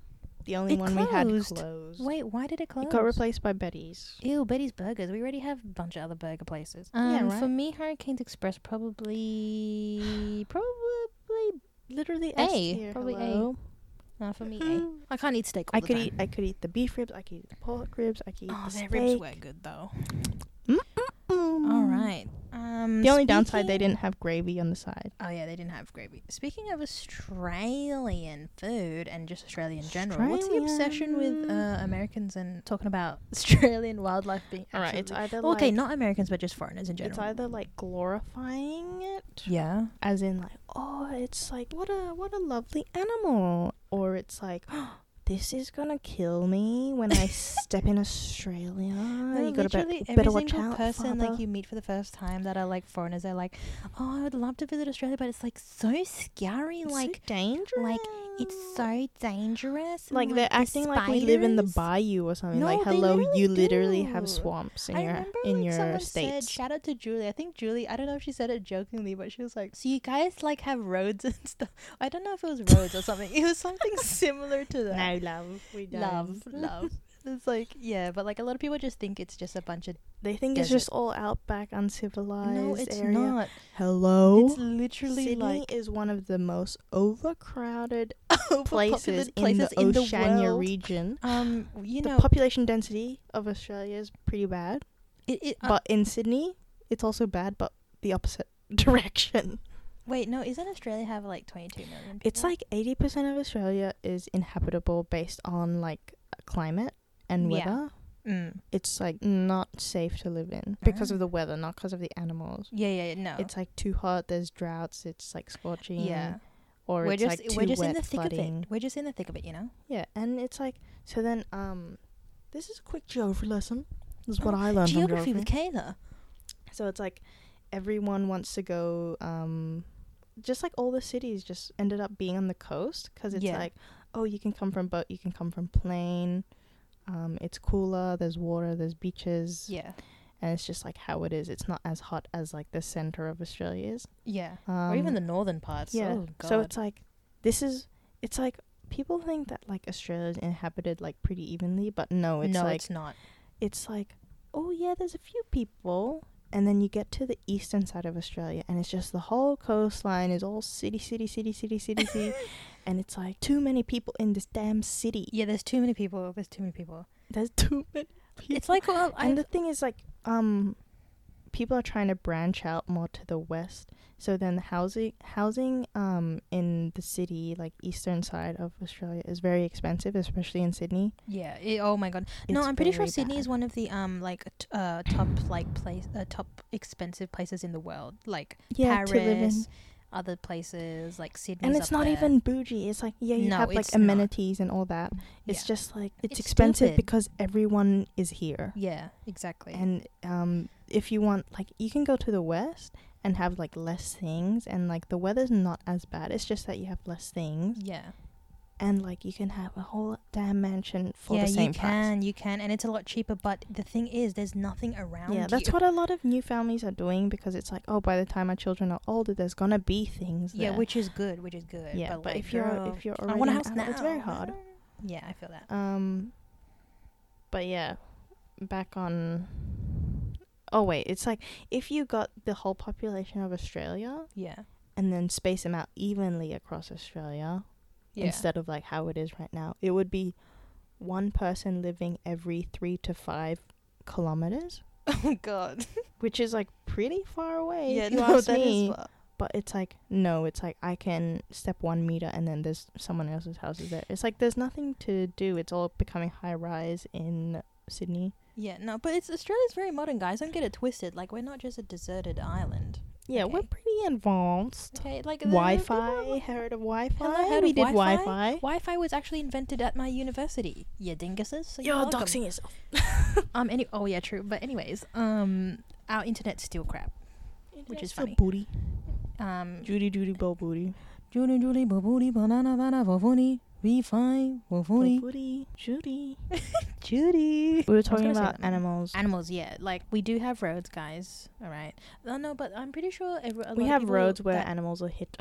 Speaker 2: The only
Speaker 1: It
Speaker 2: one we had
Speaker 1: closed.
Speaker 2: closed.
Speaker 1: Wait, why did it close?
Speaker 2: It got replaced by Betty's.
Speaker 1: Ew, Betty's Burgers. We already have a bunch of other burger places. Um,
Speaker 2: Yeah,
Speaker 1: For
Speaker 2: right.
Speaker 1: me, Hurricanes Express probably probably
Speaker 2: Literally
Speaker 1: A,
Speaker 2: S tier,
Speaker 1: probably A.
Speaker 2: hello.
Speaker 1: no uh, for me. A.
Speaker 2: Mm.
Speaker 1: I can't eat steak. All
Speaker 2: I
Speaker 1: the
Speaker 2: could
Speaker 1: time.
Speaker 2: eat. I could eat the beef ribs. I could eat the pork ribs. I could eat
Speaker 1: Oh,
Speaker 2: the
Speaker 1: their
Speaker 2: steak.
Speaker 1: ribs were good though.
Speaker 2: Mm.
Speaker 1: All right. Um,
Speaker 2: The only downside they
Speaker 1: speaking-
Speaker 2: didn't have gravy on the side.
Speaker 1: Oh yeah, they didn't have gravy. Speaking of Australian food and just Australia in general, what's the obsession with
Speaker 2: Australian.
Speaker 1: uh, Americans and talking about Australian wildlife being?
Speaker 2: All right, it's
Speaker 1: absolutely-
Speaker 2: either
Speaker 1: okay,
Speaker 2: like,
Speaker 1: not Americans, but just foreigners in general.
Speaker 2: it's either like glorifying it,
Speaker 1: yeah.
Speaker 2: as in like, oh, it's like what a what a lovely animal, or it's like. This is gonna kill me when I step in Australia.
Speaker 1: No,
Speaker 2: you gotta
Speaker 1: Uh, literally
Speaker 2: be-
Speaker 1: every
Speaker 2: better watch
Speaker 1: single
Speaker 2: out,
Speaker 1: person
Speaker 2: father.
Speaker 1: like you meet for the first time that are like foreigners, they're like, "Oh, I would love to visit Australia, but it's like so scary,
Speaker 2: It's so
Speaker 1: like
Speaker 2: dangerous.
Speaker 1: like, it's so dangerous." and,
Speaker 2: like they're
Speaker 1: the
Speaker 2: acting like we live in the
Speaker 1: spiders."
Speaker 2: bayou or something.
Speaker 1: No,
Speaker 2: like
Speaker 1: they
Speaker 2: hello, you literally
Speaker 1: do.
Speaker 2: have swamps in
Speaker 1: I
Speaker 2: your
Speaker 1: remember
Speaker 2: in
Speaker 1: like
Speaker 2: your
Speaker 1: someone said
Speaker 2: states.
Speaker 1: shout out to Julie. I think Julie. I don't know if she said it jokingly, but she was like, "So you guys like have roads and stuff." I don't know if it was roads or something. It was something similar to that.
Speaker 2: no love, we don't.
Speaker 1: love, love. It's like yeah, but like a lot of people just think it's just a bunch of
Speaker 2: They think it's
Speaker 1: Desert.
Speaker 2: just all outback, uncivilized
Speaker 1: no, it's
Speaker 2: area.
Speaker 1: not.
Speaker 2: Hello,
Speaker 1: It's literally
Speaker 2: Sydney
Speaker 1: like
Speaker 2: is one of the most overcrowded places,
Speaker 1: overpopulated
Speaker 2: in,
Speaker 1: places
Speaker 2: the
Speaker 1: in the
Speaker 2: Oceania
Speaker 1: world.
Speaker 2: region.
Speaker 1: Um, you
Speaker 2: the
Speaker 1: know,
Speaker 2: population density of Australia is pretty bad,
Speaker 1: it, it, uh,
Speaker 2: but in Sydney, it's also bad, but the opposite direction.
Speaker 1: wait, no, isn't Australia have like 22 million? People?
Speaker 2: It's like 80% of Australia is inhabitable based on like uh, climate and
Speaker 1: Yeah.
Speaker 2: weather.
Speaker 1: mm.
Speaker 2: It's like not safe to live in because
Speaker 1: Ah.
Speaker 2: of the weather, not because of the animals.
Speaker 1: yeah, yeah, yeah, no,
Speaker 2: It's like too hot, there's droughts, it's like scorching.
Speaker 1: Oh. yeah.
Speaker 2: Or
Speaker 1: We're
Speaker 2: it's
Speaker 1: just
Speaker 2: like too
Speaker 1: we're just
Speaker 2: wet,
Speaker 1: in the thick
Speaker 2: flooding.
Speaker 1: of it. We're just in the thick of it, you know.
Speaker 2: Yeah, and it's like so then um this is a quick geography lesson. This is what I learned
Speaker 1: Geography
Speaker 2: from
Speaker 1: with
Speaker 2: geography.
Speaker 1: Kayla.
Speaker 2: So it's like everyone wants to go um just like all the cities just ended up being on the coast because it's
Speaker 1: Yeah.
Speaker 2: like oh you can come from boat, you can come from plane. Um it's cooler, there's water, there's beaches.
Speaker 1: Yeah,
Speaker 2: And it's just like how it is. It's not as hot as like the center of Australia is.
Speaker 1: yeah,
Speaker 2: Um,
Speaker 1: or even the northern parts.
Speaker 2: yeah.
Speaker 1: Oh, God.
Speaker 2: So it's like this is it's like people think that like Australia's inhabited like pretty evenly, but no, it's
Speaker 1: no,
Speaker 2: like
Speaker 1: it's not.
Speaker 2: it's like, oh yeah, there's a few people. And then you get to the eastern side of Australia, and it's just the whole coastline is all city, city, city, city, city, city. and it's like, too many people in this damn city.
Speaker 1: Yeah, there's too many people. There's too many people.
Speaker 2: There's too many people.
Speaker 1: It's like well,
Speaker 2: and
Speaker 1: I
Speaker 2: the thing is, like, um, people are trying to branch out more to the west. So then the housing, housing, um, in the city, like eastern side of Australia, is very expensive, especially in Sydney.
Speaker 1: yeah. It, oh my God. No,
Speaker 2: It's
Speaker 1: I'm pretty sure
Speaker 2: very
Speaker 1: Sydney
Speaker 2: bad.
Speaker 1: is one of the um like t- uh top like place uh, top expensive places in the world. Like
Speaker 2: yeah
Speaker 1: Paris,
Speaker 2: to live in.
Speaker 1: other places like Sydney.
Speaker 2: and it's not even bougie. It's like yeah, you
Speaker 1: No,
Speaker 2: have like
Speaker 1: it's not.
Speaker 2: amenities and all that. It's
Speaker 1: Yeah.
Speaker 2: just like it's,
Speaker 1: It's
Speaker 2: expensive
Speaker 1: stupid.
Speaker 2: because everyone is here.
Speaker 1: Yeah, exactly.
Speaker 2: And um, if you want, like, you can go to the west and have like less things, and like the weather's not as bad. It's just that you have less things,
Speaker 1: yeah,
Speaker 2: and like you can have a whole damn mansion for
Speaker 1: yeah,
Speaker 2: the same
Speaker 1: you
Speaker 2: price.
Speaker 1: can, you can, and it's a lot cheaper. But the thing is, there's nothing around.
Speaker 2: Yeah, that's
Speaker 1: you.
Speaker 2: what a lot of new families are doing because it's like, oh, by the time our children are older, there's gonna be things.
Speaker 1: Yeah,
Speaker 2: there.
Speaker 1: which is good, which is good.
Speaker 2: yeah,
Speaker 1: but,
Speaker 2: but,
Speaker 1: like,
Speaker 2: if you're
Speaker 1: girl,
Speaker 2: if you're
Speaker 1: I
Speaker 2: already
Speaker 1: want a
Speaker 2: an
Speaker 1: house now.
Speaker 2: adult, it's very hard.
Speaker 1: Yeah, I feel that.
Speaker 2: Um, but yeah, back on. Oh wait, it's like if you got the whole population of Australia
Speaker 1: Yeah,
Speaker 2: and then space them out evenly across Australia
Speaker 1: yeah,
Speaker 2: instead of like how it is right now, it would be one person living every three to five kilometers,
Speaker 1: oh God.
Speaker 2: which is like pretty far away.
Speaker 1: yeah,
Speaker 2: if you
Speaker 1: no,
Speaker 2: ask
Speaker 1: that is
Speaker 2: me.
Speaker 1: far.
Speaker 2: But it's like no, it's like I can step one meter and then there's someone else's house is there. It's like there's nothing to do. It's all becoming high rise in Sydney.
Speaker 1: Yeah, no, but it's Australia's very modern, guys. Don't get it twisted. Like we're not just a deserted island.
Speaker 2: Yeah, we're
Speaker 1: Okay.
Speaker 2: pretty advanced.
Speaker 1: Okay, like the- the-
Speaker 2: Wi-Fi, heard of Wi-Fi?
Speaker 1: heard
Speaker 2: we
Speaker 1: of
Speaker 2: did
Speaker 1: Wi-Fi?
Speaker 2: Wi-Fi.
Speaker 1: Wi-Fi was actually invented at my university. Yeah, dinguses. So you're
Speaker 2: You're
Speaker 1: welcome.
Speaker 2: doxing yourself.
Speaker 1: Um. Any. Oh yeah, true. But anyways, um, our internet's still crap. which is
Speaker 2: It's a
Speaker 1: funny.
Speaker 2: booty.
Speaker 1: Um,
Speaker 2: Judy, Judy, Bo Booty.
Speaker 1: Judy, Judy, Babooty, Banana, Banana, Vovoni, We Fine,
Speaker 2: Bo
Speaker 1: Vovoni,
Speaker 2: Booty. Judy.
Speaker 1: Judy.
Speaker 2: We were
Speaker 1: was
Speaker 2: talking
Speaker 1: gonna say
Speaker 2: about
Speaker 1: that.
Speaker 2: animals.
Speaker 1: Animals, yeah. Like, we do have roads, guys. All right. No, no, but I'm pretty sure. A, ro- a lot
Speaker 2: we
Speaker 1: of
Speaker 2: have
Speaker 1: people
Speaker 2: roads where
Speaker 1: that-
Speaker 2: animals are hit.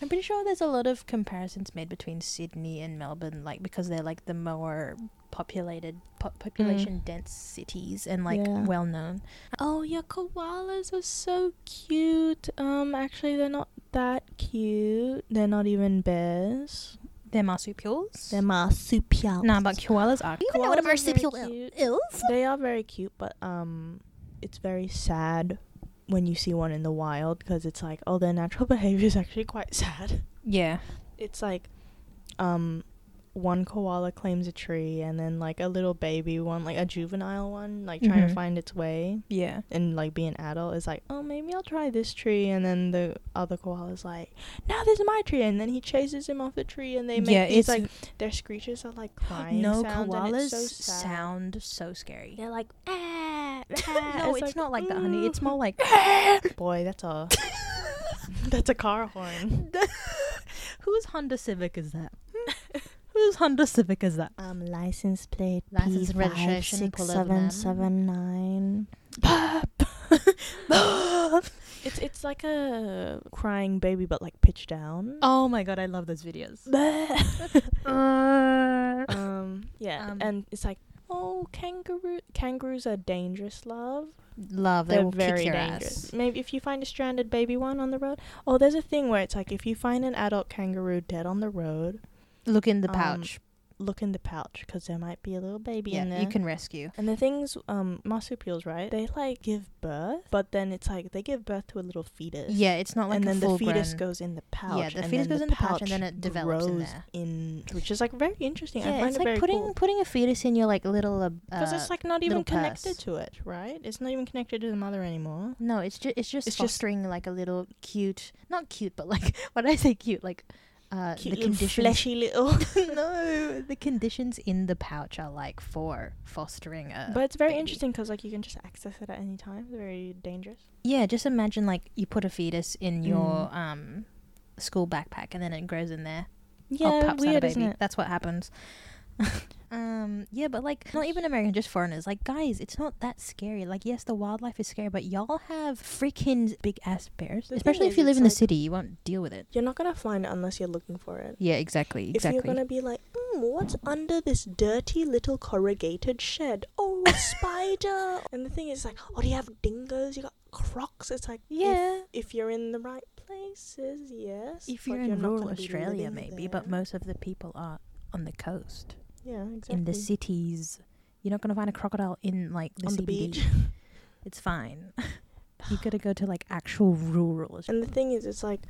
Speaker 1: I'm pretty sure there's a lot of comparisons made between Sydney and Melbourne, like, because they're, like, the more populated, po- population dense cities and, like,
Speaker 2: Mm. Yeah.
Speaker 1: well known.
Speaker 2: Oh yeah, koalas are so cute. Um, actually, they're not that cute. They're not even bears.
Speaker 1: They're marsupials.
Speaker 2: They're marsupials.
Speaker 1: nah, but koalas are. Do you even know what a
Speaker 2: Koalas are
Speaker 1: marsupial
Speaker 2: very cute.
Speaker 1: is?
Speaker 2: they are very cute, but um, it's very sad when you see one in the wild because it's like, oh, their natural behavior is actually quite sad.
Speaker 1: Yeah.
Speaker 2: It's like, um, one koala claims a tree, and then like a little baby one, like a juvenile one, like trying
Speaker 1: Mhm.
Speaker 2: to find its way
Speaker 1: Yeah.
Speaker 2: and like be an adult is like, oh, maybe I'll try this tree, and then the other koala is like, no, this is my tree, and then he chases him off the tree, and they make
Speaker 1: Yeah,
Speaker 2: yeah,
Speaker 1: it's-
Speaker 2: these like their screeches are like crying
Speaker 1: no
Speaker 2: sounds, and
Speaker 1: koalas
Speaker 2: it's so sad.
Speaker 1: sound so scary.
Speaker 2: They're like, ah, "Mm."
Speaker 1: no, it's, not like that, honey. It's more like
Speaker 2: boy, that's a that's a car horn.
Speaker 1: whose Honda Civic is that? whose Honda Civic is that?
Speaker 2: Um, license plate
Speaker 1: License and registration, pull over, ma'am.
Speaker 2: nine. It's it's like a crying baby, but like pitched down.
Speaker 1: oh my god, I love those videos.
Speaker 2: um, yeah,
Speaker 1: Oh. Um,
Speaker 2: and it's like, oh, kangaroo, kangaroos are dangerous, love.
Speaker 1: Love, they
Speaker 2: They're
Speaker 1: will
Speaker 2: very
Speaker 1: kick your
Speaker 2: dangerous.
Speaker 1: ass.
Speaker 2: Maybe if you find a stranded baby one on the road. Oh, there's a thing where it's like if you find an adult kangaroo dead on the road,
Speaker 1: Look in the
Speaker 2: Um,
Speaker 1: pouch.
Speaker 2: look in the pouch because there might be a little baby in
Speaker 1: yeah,
Speaker 2: there.
Speaker 1: you can rescue.
Speaker 2: And the things, um, marsupials, right? They like give birth, but then it's like they give birth to a little fetus.
Speaker 1: Yeah, it's not like
Speaker 2: and
Speaker 1: a
Speaker 2: then the
Speaker 1: full
Speaker 2: fetus
Speaker 1: grown.
Speaker 2: goes in the pouch.
Speaker 1: the
Speaker 2: and
Speaker 1: fetus
Speaker 2: then
Speaker 1: goes in the pouch and then it develops in
Speaker 2: grows
Speaker 1: there.
Speaker 2: in- which is like very interesting. I
Speaker 1: Yeah,
Speaker 2: find
Speaker 1: it's
Speaker 2: it
Speaker 1: like
Speaker 2: very
Speaker 1: putting
Speaker 2: cool.
Speaker 1: putting a fetus in your like little. Uh,
Speaker 2: because
Speaker 1: uh,
Speaker 2: it's like not
Speaker 1: little
Speaker 2: even connected
Speaker 1: purse.
Speaker 2: to it, right? It's not even connected to the mother anymore.
Speaker 1: No, it's just it's just
Speaker 2: It's just-
Speaker 1: fostering like a little cute, not cute, but like when I say cute, like uh,
Speaker 2: Cute
Speaker 1: the
Speaker 2: little
Speaker 1: conditions.
Speaker 2: fleshy little.
Speaker 1: no, the conditions in the pouch are like for fostering a.
Speaker 2: but it's very
Speaker 1: Uh, baby.
Speaker 2: interesting because like you can just access it at any time. It's very dangerous.
Speaker 1: yeah, just imagine like you put a fetus in your
Speaker 2: Mm.
Speaker 1: um school backpack and then it grows in there.
Speaker 2: Yeah,
Speaker 1: oh, perhaps
Speaker 2: weird,
Speaker 1: not a
Speaker 2: isn't
Speaker 1: baby.
Speaker 2: it?
Speaker 1: That's what happens. um, yeah, but like not even American, just foreigners. Like guys, it's not that scary. Like yes, the wildlife is scary, but y'all have freaking big ass bears.
Speaker 2: The thing
Speaker 1: Especially if
Speaker 2: is,
Speaker 1: you live
Speaker 2: it's
Speaker 1: in the
Speaker 2: like-
Speaker 1: city, you won't deal with it.
Speaker 2: You're not gonna find it unless you're looking for it.
Speaker 1: Yeah, exactly, exactly.
Speaker 2: If you're gonna be like, mm, what's under this dirty little corrugated shed? Oh, a spider! And the thing is, like, oh, do you have dingoes? You got crocs? It's like, if-
Speaker 1: Yeah.
Speaker 2: If, you're in the right places, yes.
Speaker 1: If
Speaker 2: but
Speaker 1: you're in
Speaker 2: not
Speaker 1: rural
Speaker 2: gonna be
Speaker 1: Australia,
Speaker 2: living
Speaker 1: maybe, but
Speaker 2: there.
Speaker 1: most of the people are on the coast,
Speaker 2: yeah, exactly.
Speaker 1: in the cities. You're not gonna find a crocodile in like the
Speaker 2: on the
Speaker 1: CBD.
Speaker 2: beach.
Speaker 1: It's fine. you gotta go to like actual rural. Australia.
Speaker 2: And the thing is, it's like,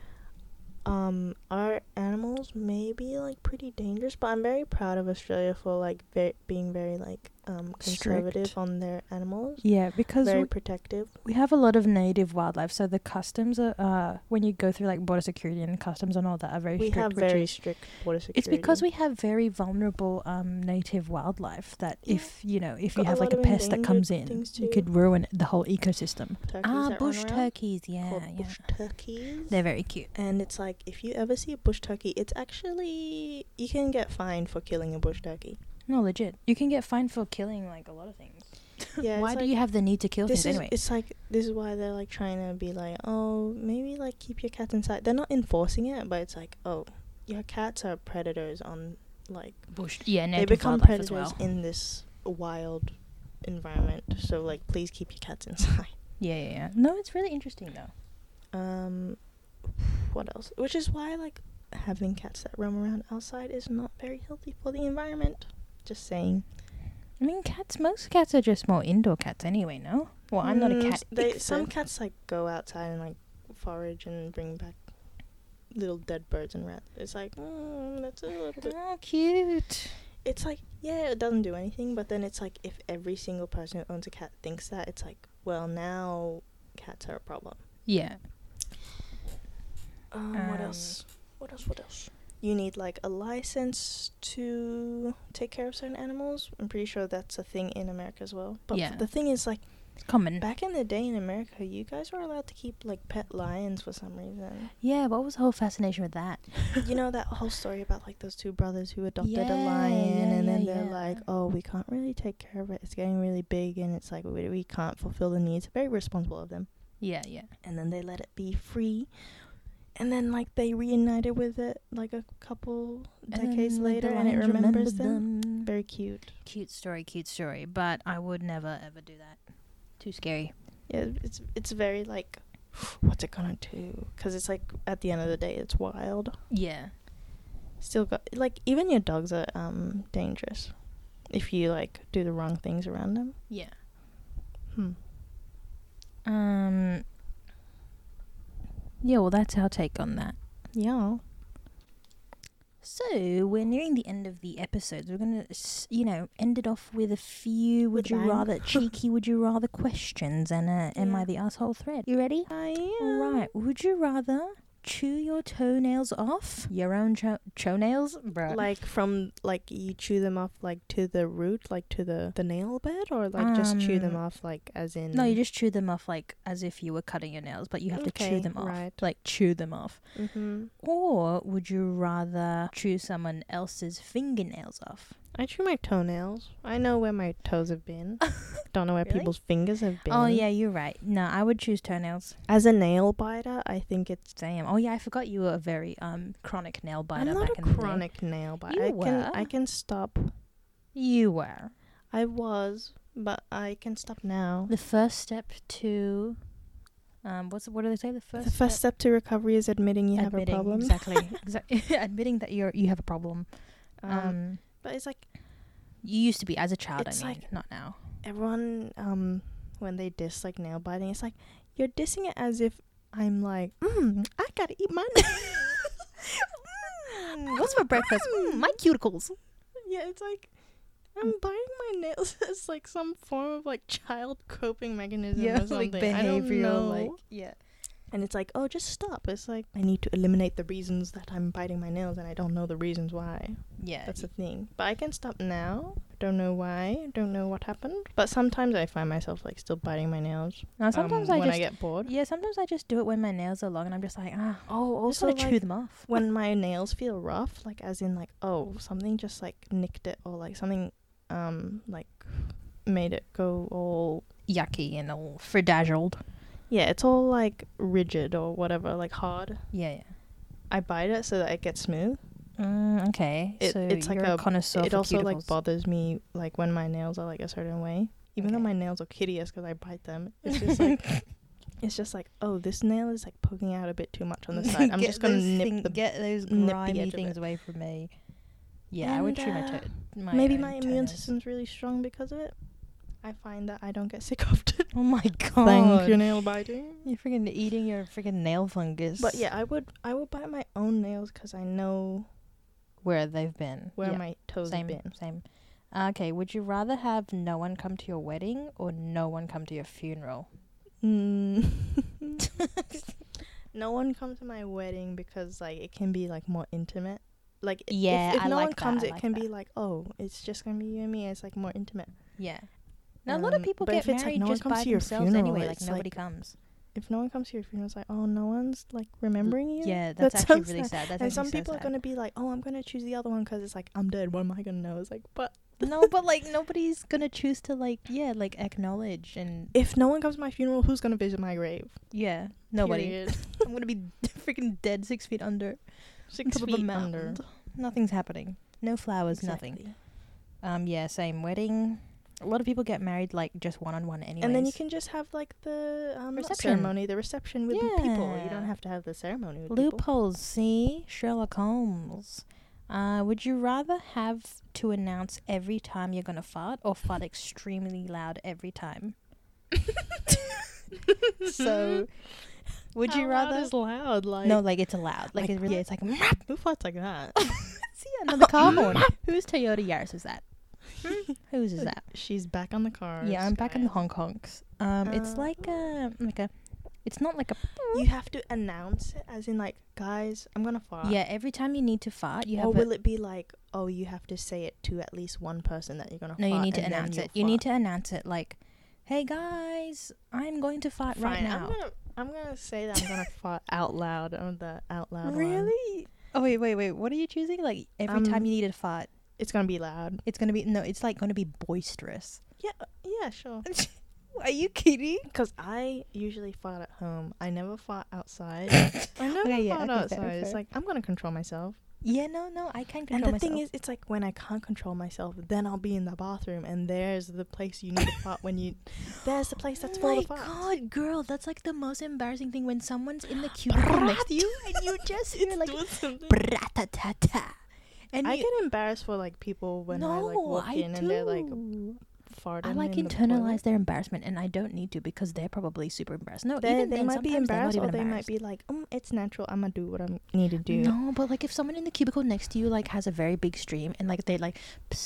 Speaker 2: um, our animals may be like pretty dangerous, but I'm very proud of Australia for like ve- being very like um conservative
Speaker 1: Strict.
Speaker 2: on their animals,
Speaker 1: Yeah, because
Speaker 2: very
Speaker 1: we,
Speaker 2: protective.
Speaker 1: we have a lot of native wildlife, so the customs are uh, when you go through like border security and customs and all that are very
Speaker 2: We
Speaker 1: strict.
Speaker 2: have
Speaker 1: which
Speaker 2: very
Speaker 1: is-
Speaker 2: strict border security.
Speaker 1: it's because we have very vulnerable um, native wildlife that
Speaker 2: Yeah.
Speaker 1: if you know if you
Speaker 2: Got a
Speaker 1: have like
Speaker 2: lot
Speaker 1: a
Speaker 2: of
Speaker 1: pest that
Speaker 2: endangered
Speaker 1: comes in,
Speaker 2: things
Speaker 1: you
Speaker 2: too.
Speaker 1: could ruin the whole ecosystem.
Speaker 2: turkeys
Speaker 1: Ah,
Speaker 2: that
Speaker 1: bush
Speaker 2: run around
Speaker 1: turkeys, yeah,
Speaker 2: called
Speaker 1: yeah.
Speaker 2: bush turkeys.
Speaker 1: They're very cute.
Speaker 2: and it's like if you ever see a bush turkey, it's actually you can get fined for killing a bush turkey.
Speaker 1: No, legit. You can get fined for killing like a lot of things.
Speaker 2: Yeah,
Speaker 1: Why
Speaker 2: it's
Speaker 1: do
Speaker 2: like-
Speaker 1: you have the need to kill
Speaker 2: this
Speaker 1: things
Speaker 2: is
Speaker 1: anyway?
Speaker 2: it's like this is why they're like trying to be like oh maybe like keep your cats inside. They're not enforcing it, but it's like oh your cats are predators on like
Speaker 1: Bush. Yeah,
Speaker 2: they
Speaker 1: native
Speaker 2: become
Speaker 1: wildlife
Speaker 2: predators
Speaker 1: as well.
Speaker 2: in this wild environment. So like please keep your cats inside.
Speaker 1: Yeah, yeah, yeah. No, it's really interesting though.
Speaker 2: Um, what else? Which is why like having cats that roam around outside is not very healthy for the environment. Just saying.
Speaker 1: I mean, cats. Most cats are just more indoor cats anyway. No. Well, I'm not a
Speaker 2: Mm,
Speaker 1: cat.
Speaker 2: They,
Speaker 1: expert.
Speaker 2: some cats like go outside and like forage and bring back little dead birds and rats. It's like mm, that's a little bit.
Speaker 1: Oh, cute.
Speaker 2: It's like yeah, it doesn't do anything. But then it's like if every single person who owns a cat thinks that, it's like well now cats are a problem.
Speaker 1: Yeah.
Speaker 2: Um, what else? What else? What else? You need like a license to take care of certain animals. I'm pretty sure that's a thing in America as well. But
Speaker 1: Yeah.
Speaker 2: the thing is, like,
Speaker 1: It's common.
Speaker 2: Back in the day in America, you guys were allowed to keep like pet lions for some reason.
Speaker 1: Yeah, what was the whole fascination with that?
Speaker 2: you know that whole story about like those two brothers who adopted
Speaker 1: Yeah,
Speaker 2: a lion
Speaker 1: yeah,
Speaker 2: and then
Speaker 1: yeah,
Speaker 2: they're
Speaker 1: yeah.
Speaker 2: like oh we can't really take care of it it's getting really big and it's like we, we can't fulfill the needs very responsible of them
Speaker 1: Yeah, yeah.
Speaker 2: and then they let it be free and then like they reunited with it like a couple
Speaker 1: Um,
Speaker 2: decades later and it remembers them. very cute
Speaker 1: Cute story, cute story. But I would never ever do that. Too scary.
Speaker 2: yeah it's it's very like what's it gonna do because it's like at the end of the day it's wild
Speaker 1: Yeah.
Speaker 2: still got like even your dogs are um dangerous if you like do the wrong things around them
Speaker 1: Yeah.
Speaker 2: Hmm.
Speaker 1: Um. Yeah, well, that's our take on that.
Speaker 2: Yeah.
Speaker 1: So we're nearing the end of the episode. We're gonna, s- you know, end it off with a few "Would
Speaker 2: With
Speaker 1: you
Speaker 2: bang.
Speaker 1: rather" cheeky "Would you rather" questions and a "Am
Speaker 2: Yeah.
Speaker 1: I the asshole?" thread. You ready?
Speaker 2: I
Speaker 1: All
Speaker 2: am.
Speaker 1: right. Would you rather chew your toenails off? Your own cho- toenails, bro.
Speaker 2: Like from like you chew them off like to the root, like to the the nail bed, or like just chew them
Speaker 1: Um,
Speaker 2: off like as in.
Speaker 1: no, you just chew them off like as if you were cutting your nails, but you have to chew
Speaker 2: Okay,
Speaker 1: them off,
Speaker 2: right.
Speaker 1: like chew them off.
Speaker 2: hmm
Speaker 1: Or would you rather chew someone else's fingernails off?
Speaker 2: I chew my toenails. I know where my toes have been. Don't know where
Speaker 1: Really?
Speaker 2: people's fingers have been.
Speaker 1: Oh yeah, you're right. No, I would choose toenails.
Speaker 2: As a nail biter, I think it's.
Speaker 1: Damn. Oh yeah, I forgot you were a very um chronic nail biter
Speaker 2: I'm not
Speaker 1: back
Speaker 2: a
Speaker 1: in the day.
Speaker 2: chronic nail biter. I
Speaker 1: You
Speaker 2: can I
Speaker 1: were.
Speaker 2: can stop.
Speaker 1: You were.
Speaker 2: I was, but I can stop now.
Speaker 1: The first step to um what's what do they say? The first
Speaker 2: the first step to recovery is admitting you have a
Speaker 1: admitting-
Speaker 2: problem.
Speaker 1: Exactly. exactly. admitting that you're you have a problem. Um,
Speaker 2: Um, but it's like
Speaker 1: you used to be as a child,
Speaker 2: it's
Speaker 1: I mean,
Speaker 2: like-
Speaker 1: not now.
Speaker 2: everyone um when they diss like nail biting it's like you're dissing it as if i'm like mm, i gotta eat my nails
Speaker 1: What's for breakfast? Mm, my cuticles.
Speaker 2: yeah it's like i'm
Speaker 1: Mm.
Speaker 2: biting my nails it's like some form of like child coping mechanism or something I don't know. like
Speaker 1: yeah.
Speaker 2: and it's like oh just stop it's like i need to eliminate the reasons that i'm biting my nails and i don't know the reasons why
Speaker 1: Yeah.
Speaker 2: that's the thing but i can stop now don't know why don't know what happened but sometimes i find myself like still biting my nails
Speaker 1: now sometimes
Speaker 2: um,
Speaker 1: I
Speaker 2: when
Speaker 1: just
Speaker 2: I get bored.
Speaker 1: yeah, sometimes I just do it when my nails are long, and I'm just like, ah,
Speaker 2: Oh,
Speaker 1: I just want to chew them off.
Speaker 2: when my nails feel rough, like as in like oh something just like nicked it or like something um like made it go all
Speaker 1: Yucky and all fragiled.
Speaker 2: yeah it's all like rigid or whatever like hard.
Speaker 1: Yeah,
Speaker 2: I bite it so that it gets smooth.
Speaker 1: yeah. Mm, okay,
Speaker 2: It-
Speaker 1: so
Speaker 2: it's like
Speaker 1: you're a,
Speaker 2: a-
Speaker 1: connoisseur.
Speaker 2: it
Speaker 1: for
Speaker 2: also like
Speaker 1: cuticles.
Speaker 2: bothers me like when my nails are like a certain way. Even though
Speaker 1: Okay.
Speaker 2: my nails are hideous because I bite them, it's just like. It's just like, oh, this nail is like poking out a bit too much on the side. I'm
Speaker 1: Get
Speaker 2: just gonna
Speaker 1: those
Speaker 2: nip
Speaker 1: thing-
Speaker 2: the
Speaker 1: get those
Speaker 2: nip the edge
Speaker 1: grimy
Speaker 2: of
Speaker 1: things
Speaker 2: it.
Speaker 1: away from me. Yeah, I would
Speaker 2: And,
Speaker 1: chew my
Speaker 2: uh,
Speaker 1: toe. My
Speaker 2: Maybe
Speaker 1: own
Speaker 2: my immune
Speaker 1: toenails.
Speaker 2: system's really strong because of it. I find that I don't get sick often.
Speaker 1: Oh my god!
Speaker 2: Thank you, nail biting.
Speaker 1: You're freaking eating your freaking nail fungus.
Speaker 2: But yeah, I would I would bite my own nails because I know
Speaker 1: where they've been.
Speaker 2: where
Speaker 1: Yeah,
Speaker 2: my toes
Speaker 1: same,
Speaker 2: have been.
Speaker 1: Same. Uh, Okay, would you rather have no one come to your wedding or no one come to your funeral?
Speaker 2: Mm. no one comes to my wedding because like it can be like more intimate. Like i- if-
Speaker 1: Yeah,
Speaker 2: if,
Speaker 1: I
Speaker 2: no one
Speaker 1: like that,
Speaker 2: comes,
Speaker 1: I
Speaker 2: it
Speaker 1: like
Speaker 2: can
Speaker 1: that.
Speaker 2: be like oh, it's just gonna be you and me. It's like more intimate.
Speaker 1: Yeah. Now a lot of
Speaker 2: Um,
Speaker 1: people
Speaker 2: but
Speaker 1: get
Speaker 2: if it's, like,
Speaker 1: married
Speaker 2: no one
Speaker 1: just
Speaker 2: comes
Speaker 1: by
Speaker 2: to your
Speaker 1: themselves
Speaker 2: funeral,
Speaker 1: anyway. Like
Speaker 2: it's,
Speaker 1: nobody
Speaker 2: like,
Speaker 1: comes.
Speaker 2: If no one comes to your funeral, it's like oh, no one's like remembering you.
Speaker 1: Yeah, that's,
Speaker 2: That's so
Speaker 1: actually really sad. That's
Speaker 2: and some
Speaker 1: actually so
Speaker 2: people are
Speaker 1: sad.
Speaker 2: gonna be like, "Oh, I'm gonna choose the other one because it's like I'm dead. What am I gonna know?" It's like, but
Speaker 1: no, but like nobody's gonna choose to like yeah, like acknowledge and
Speaker 2: if no one comes to my funeral, who's gonna visit my grave?
Speaker 1: yeah, nobody.
Speaker 2: Period.
Speaker 1: I'm gonna be freaking dead six feet under.
Speaker 2: Six
Speaker 1: Top of a
Speaker 2: feet
Speaker 1: mountain.
Speaker 2: under.
Speaker 1: Nothing's happening. No flowers. Nothing.
Speaker 2: Exactly.
Speaker 1: Um, yeah, same wedding. A lot of people get married like just one on one, anyways.
Speaker 2: And then you can just have like the um, not
Speaker 1: Reception.
Speaker 2: ceremony, the reception with the people. You
Speaker 1: Yeah.
Speaker 2: don't have to have the ceremony with people.
Speaker 1: loopholes. See Sherlock Holmes. Uh, would you rather have to announce every time you're gonna fart or fart extremely loud every time? so, would you
Speaker 2: How
Speaker 1: rather?
Speaker 2: Loud is loud. Like
Speaker 1: no, like it's loud. Like,
Speaker 2: Like,
Speaker 1: it really, it's like
Speaker 2: who farts like that?
Speaker 1: see another car horn. Whose Toyota Yaris is that? Hmm? Whose is that?
Speaker 2: She's back on the car.
Speaker 1: Yeah, I'm back in the Hong Kongs. Um, it's
Speaker 2: Uh,
Speaker 1: like a like a. It's not like a.
Speaker 2: You have to announce it, as in like, guys, I'm gonna fart.
Speaker 1: Yeah, every time you need to fart, you have.
Speaker 2: or
Speaker 1: a-
Speaker 2: will it be like, oh, you have to say it to at least one person that you're gonna?
Speaker 1: No, you
Speaker 2: fart
Speaker 1: need to
Speaker 2: and then
Speaker 1: announce
Speaker 2: you'll
Speaker 1: it. You need
Speaker 2: fart?
Speaker 1: to announce it like Hey guys, I'm going to fight right
Speaker 2: Fine,
Speaker 1: now.
Speaker 2: I'm gonna I'm gonna say that I'm gonna fart out loud on the out loud. one.
Speaker 1: Really? Oh wait, wait, wait. What are you choosing? Like every time
Speaker 2: Um,
Speaker 1: you need to fight,
Speaker 2: It's gonna be loud.
Speaker 1: it's gonna be no. It's like gonna be boisterous.
Speaker 2: Yeah, uh, yeah, sure.
Speaker 1: are you kidding?
Speaker 2: Because I usually fart at home. I never fart outside. I never
Speaker 1: Okay, yeah,
Speaker 2: fart
Speaker 1: okay,
Speaker 2: outside.
Speaker 1: fair,
Speaker 2: It's
Speaker 1: fair.
Speaker 2: like I'm gonna control myself.
Speaker 1: Yeah, no, no. I can
Speaker 2: and
Speaker 1: control
Speaker 2: the
Speaker 1: myself.
Speaker 2: thing is, it's like when I can't control myself, then I'll be in the bathroom, and there's the place you need to fart when you. There's the place that's
Speaker 1: oh
Speaker 2: full
Speaker 1: my
Speaker 2: of farts.
Speaker 1: god, girl, that's like the most embarrassing thing when someone's in the cubicle next to you and you just hear like
Speaker 2: Doing something.
Speaker 1: bratatata. And
Speaker 2: I
Speaker 1: you,
Speaker 2: get embarrassed for like people when I like walk
Speaker 1: I
Speaker 2: in and they're like
Speaker 1: do.
Speaker 2: farting.
Speaker 1: I like
Speaker 2: in the
Speaker 1: internalize
Speaker 2: toilet.
Speaker 1: their embarrassment, and I don't need to because they're probably super embarrassed. No,
Speaker 2: They,
Speaker 1: even
Speaker 2: they
Speaker 1: then,
Speaker 2: might be
Speaker 1: sometimes they're not
Speaker 2: embarrassed, or
Speaker 1: even
Speaker 2: they might
Speaker 1: embarrassed.
Speaker 2: be like, "Um, it's natural. I'ma do what I need to do."
Speaker 1: No, but like if someone in the cubicle next to you like has a very big stream and like they like,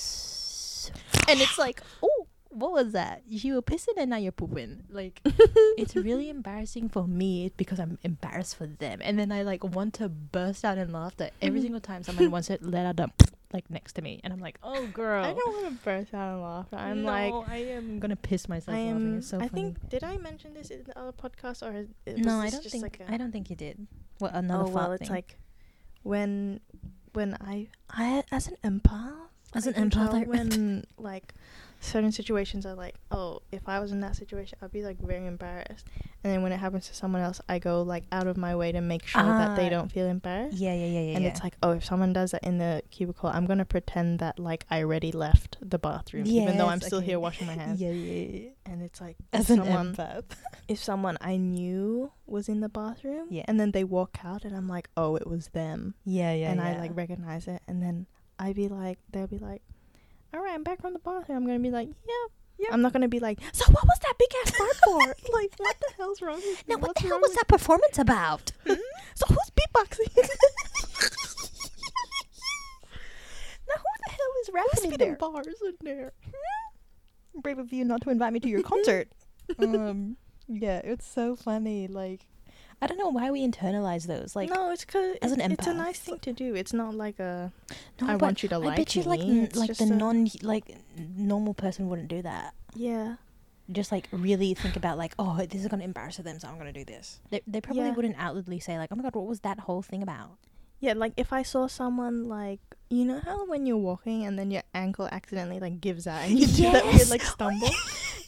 Speaker 1: psst, and it's like, oh, what was that? You were pissing and now you're pooping. Like, it's really embarrassing for me because I'm embarrassed for them, and then I like want to burst out in laughter every single time someone wants to let out a like next to me, and I'm like, oh girl,
Speaker 2: I don't want to burst out in laughter. I'm like,
Speaker 1: I am gonna piss myself
Speaker 2: I
Speaker 1: laughing.
Speaker 2: am.
Speaker 1: It's so
Speaker 2: I
Speaker 1: funny.
Speaker 2: think did I mention this in the other podcast or is- it was
Speaker 1: no, I
Speaker 2: this
Speaker 1: don't
Speaker 2: just
Speaker 1: think
Speaker 2: like a-
Speaker 1: I don't think you did. What another
Speaker 2: oh well,
Speaker 1: fart
Speaker 2: it's
Speaker 1: thing.
Speaker 2: like when when I I as an empath
Speaker 1: As
Speaker 2: I
Speaker 1: an
Speaker 2: can
Speaker 1: empath,
Speaker 2: tell
Speaker 1: I-
Speaker 2: when like certain situations are like oh if I was in that situation I'd be like very embarrassed and then when it happens to someone else I go like out of my way to make sure that
Speaker 1: Ah.
Speaker 2: they don't feel embarrassed
Speaker 1: yeah, yeah, yeah, yeah.
Speaker 2: and
Speaker 1: yeah.
Speaker 2: it's like oh if someone does that in the cubicle I'm gonna pretend that like I already left the bathroom even though I'm
Speaker 1: Yes,
Speaker 2: still
Speaker 1: okay.
Speaker 2: here washing my hands
Speaker 1: yeah, yeah, yeah.
Speaker 2: and it's like
Speaker 1: As
Speaker 2: if
Speaker 1: an
Speaker 2: someone
Speaker 1: empath.
Speaker 2: if someone I knew was in the bathroom,
Speaker 1: Yeah.
Speaker 2: and then they walk out, and I'm like, oh, it was them,
Speaker 1: Yeah, yeah,
Speaker 2: and
Speaker 1: yeah.
Speaker 2: I like recognize it, and then I'd be like, they'll be like, all right, I'm back from the bathroom. I'm gonna be like, yeah,
Speaker 1: Yeah.
Speaker 2: I'm not gonna be like, so what was that big ass fart for? like, what the hell's wrong with
Speaker 1: now
Speaker 2: you?
Speaker 1: what
Speaker 2: What's
Speaker 1: the hell
Speaker 2: wrong
Speaker 1: was
Speaker 2: with
Speaker 1: that performance about?
Speaker 2: you? Hmm? so who's beatboxing?
Speaker 1: Now who the hell is
Speaker 2: who's
Speaker 1: rapping in
Speaker 2: spitting
Speaker 1: there?
Speaker 2: bars in there?
Speaker 1: Brave of you not to invite me to your concert. um, yeah, it's so funny. Like, I don't know why we internalize those. Like,
Speaker 2: no, it's cause
Speaker 1: as an
Speaker 2: it's a
Speaker 1: empath.
Speaker 2: nice thing to do. It's not like a
Speaker 1: no,
Speaker 2: I
Speaker 1: but
Speaker 2: want you to
Speaker 1: I
Speaker 2: like
Speaker 1: bet you
Speaker 2: me.
Speaker 1: like n-
Speaker 2: It's
Speaker 1: like
Speaker 2: just
Speaker 1: the
Speaker 2: a-
Speaker 1: non like normal person wouldn't do that.
Speaker 2: yeah.
Speaker 1: just like really think about like oh this is gonna embarrass them so i'm gonna do this they, they probably
Speaker 2: Yeah.
Speaker 1: wouldn't outwardly say like oh my god what was that whole thing about
Speaker 2: Yeah, like if I saw someone like you know how when you're walking and then your ankle accidentally like gives out and you do that weird
Speaker 1: Yes!
Speaker 2: like
Speaker 1: Oh,
Speaker 2: stumble.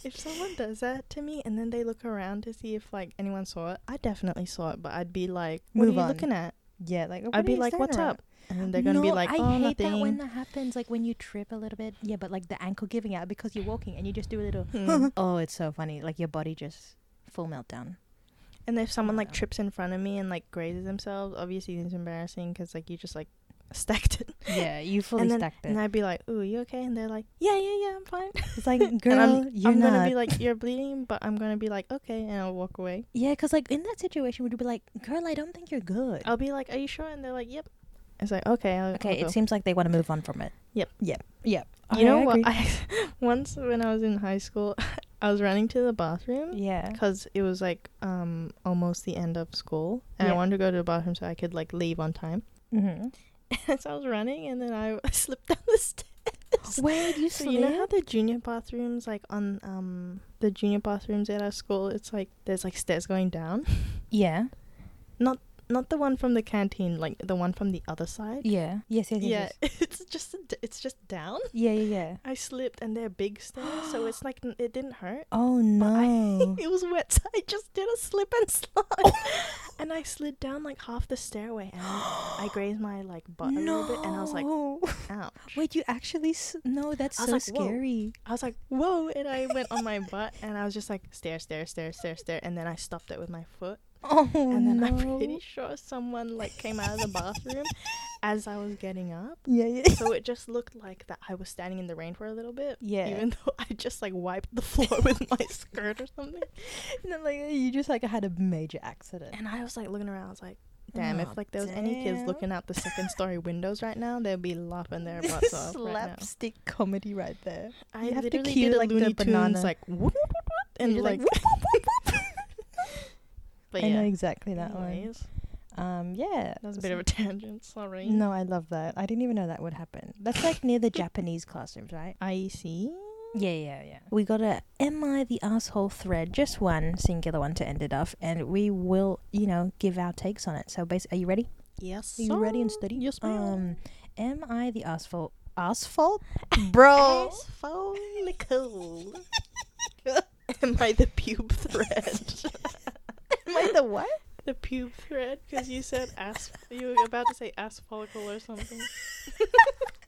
Speaker 2: if someone does that to me and then they look around to see if like anyone saw it, I definitely saw it, but I'd be like, "What
Speaker 1: Move
Speaker 2: are you
Speaker 1: on.
Speaker 2: looking at?"
Speaker 1: yeah like "Oh,
Speaker 2: I'd be like, "What's up?" And then they're gonna be like,
Speaker 1: I
Speaker 2: "Oh,
Speaker 1: hate
Speaker 2: nothing."
Speaker 1: that when that happens, like when you trip a little bit. Yeah, but like the ankle giving out because you're walking and you just do a little.
Speaker 2: Hmm.
Speaker 1: oh, it's so funny. Like your body just full meltdown.
Speaker 2: and if someone like
Speaker 1: Yeah.
Speaker 2: trips in front of me and like grazes themselves, obviously it's embarrassing because like you just like stacked it.
Speaker 1: Yeah, you fully
Speaker 2: and then
Speaker 1: stacked
Speaker 2: and I'd be like, "Ooh, you okay?" And they're like, "Yeah, yeah, yeah, I'm fine."
Speaker 1: It's like,
Speaker 2: and
Speaker 1: girl,
Speaker 2: I'm,
Speaker 1: you're
Speaker 2: I'm
Speaker 1: not.
Speaker 2: gonna be like, "You're bleeding," but I'm gonna be like, "Okay," and I'll walk away.
Speaker 1: yeah, because like in that situation, would you be like, girl, I don't think you're good.
Speaker 2: I'll be like, "Are you sure?" And they're like, "Yep." It's like, "Okay, I'll,
Speaker 1: okay,
Speaker 2: I'll
Speaker 1: it
Speaker 2: go."
Speaker 1: seems like they want to move on from it.
Speaker 2: Mm-hmm. Yep.
Speaker 1: Yep. Yep.
Speaker 2: you know
Speaker 1: I
Speaker 2: what?
Speaker 1: agree.
Speaker 2: I once when I was in high school, I was running to the bathroom
Speaker 1: yeah.
Speaker 2: because it was like um almost the end of school, and
Speaker 1: Yeah.
Speaker 2: I wanted to go to the bathroom so I could like leave on time.
Speaker 1: Mm-hmm.
Speaker 2: so I was running, and then I slipped down the stairs.
Speaker 1: Wait, you
Speaker 2: So you know how the junior bathrooms, like on um the junior bathrooms at our school, it's like there's like stairs going down,
Speaker 1: Yeah.
Speaker 2: not the one from the canteen, like the one from the other side.
Speaker 1: Yeah. Yes, yes, yes.
Speaker 2: Yeah,
Speaker 1: yes.
Speaker 2: it's just a d- it's just down.
Speaker 1: Yeah, yeah, yeah.
Speaker 2: I slipped and they're big stairs, so it's like n- it didn't hurt.
Speaker 1: Oh
Speaker 2: But I-
Speaker 1: no.
Speaker 2: it was wet, so I just did a slip and slide, and I slid down like half the stairway, and I grazed my like butt a little bit, and I was like,
Speaker 1: No.
Speaker 2: "Ouch!"
Speaker 1: Wait, you actually s- no, that's
Speaker 2: I
Speaker 1: so
Speaker 2: was like, whoa.
Speaker 1: scary.
Speaker 2: I was like, "Whoa!" And I went on my butt, and I was just like, "Stare, stare, stare, stare, stare," and then I stopped it with my foot,
Speaker 1: Oh
Speaker 2: and then
Speaker 1: no.
Speaker 2: I'm pretty sure someone like came out of the bathroom as I was getting up.
Speaker 1: yeah, yeah.
Speaker 2: So it just looked like that I was standing in the rain for a little bit.
Speaker 1: Yeah.
Speaker 2: Even though I just like wiped the floor with my skirt or something.
Speaker 1: And then, like you just like had a major accident.
Speaker 2: And I was like looking around, I was like, damn,
Speaker 1: Oh,
Speaker 2: if like there was any kids
Speaker 1: damn.
Speaker 2: looking out the second story windows right now, they'd be laughing their butts off. Right now.
Speaker 1: slapstick comedy right there.
Speaker 2: I
Speaker 1: You have to
Speaker 2: literally
Speaker 1: cue,
Speaker 2: did a
Speaker 1: like, the
Speaker 2: Looney Tunes
Speaker 1: banana.
Speaker 2: like whoop, whoop, whoop, whoop, and
Speaker 1: you're like,
Speaker 2: like, but
Speaker 1: I
Speaker 2: yeah.
Speaker 1: know exactly that one.
Speaker 2: Anyways,
Speaker 1: Um, yeah.
Speaker 2: That was a bit of a
Speaker 1: so-
Speaker 2: tangent, sorry.
Speaker 1: No, I love that. I didn't even know that would happen. That's like near the Japanese classrooms, right?
Speaker 2: I see.
Speaker 1: Yeah, yeah, yeah. We got a Am I the Asshole thread, just one singular one to end it off, and we will, you know, give our takes on it. So basically, are you ready?
Speaker 2: Yes.
Speaker 1: Are you ready and
Speaker 2: sir.
Speaker 1: steady?
Speaker 2: Yes, ma'am.
Speaker 1: Um, Am I the Asshole? Asshole? Bro!
Speaker 2: Asshole Nicole. Am I the pube thread?
Speaker 1: Am I the what?
Speaker 2: the pube thread? Because you said ass. You were about to say ass follicle or something.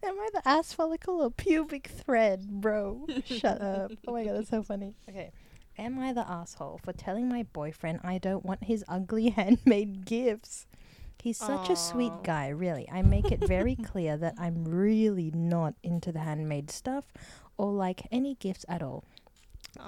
Speaker 1: Am I the ass follicle or pubic thread, bro? Shut up. Oh my god, that's so funny. Okay. Am I the asshole for telling my boyfriend I don't want his ugly handmade gifts? He's such a sweet
Speaker 2: Aw.
Speaker 1: guy, really. I make it very clear that I'm really not into the handmade stuff or like any gifts at all.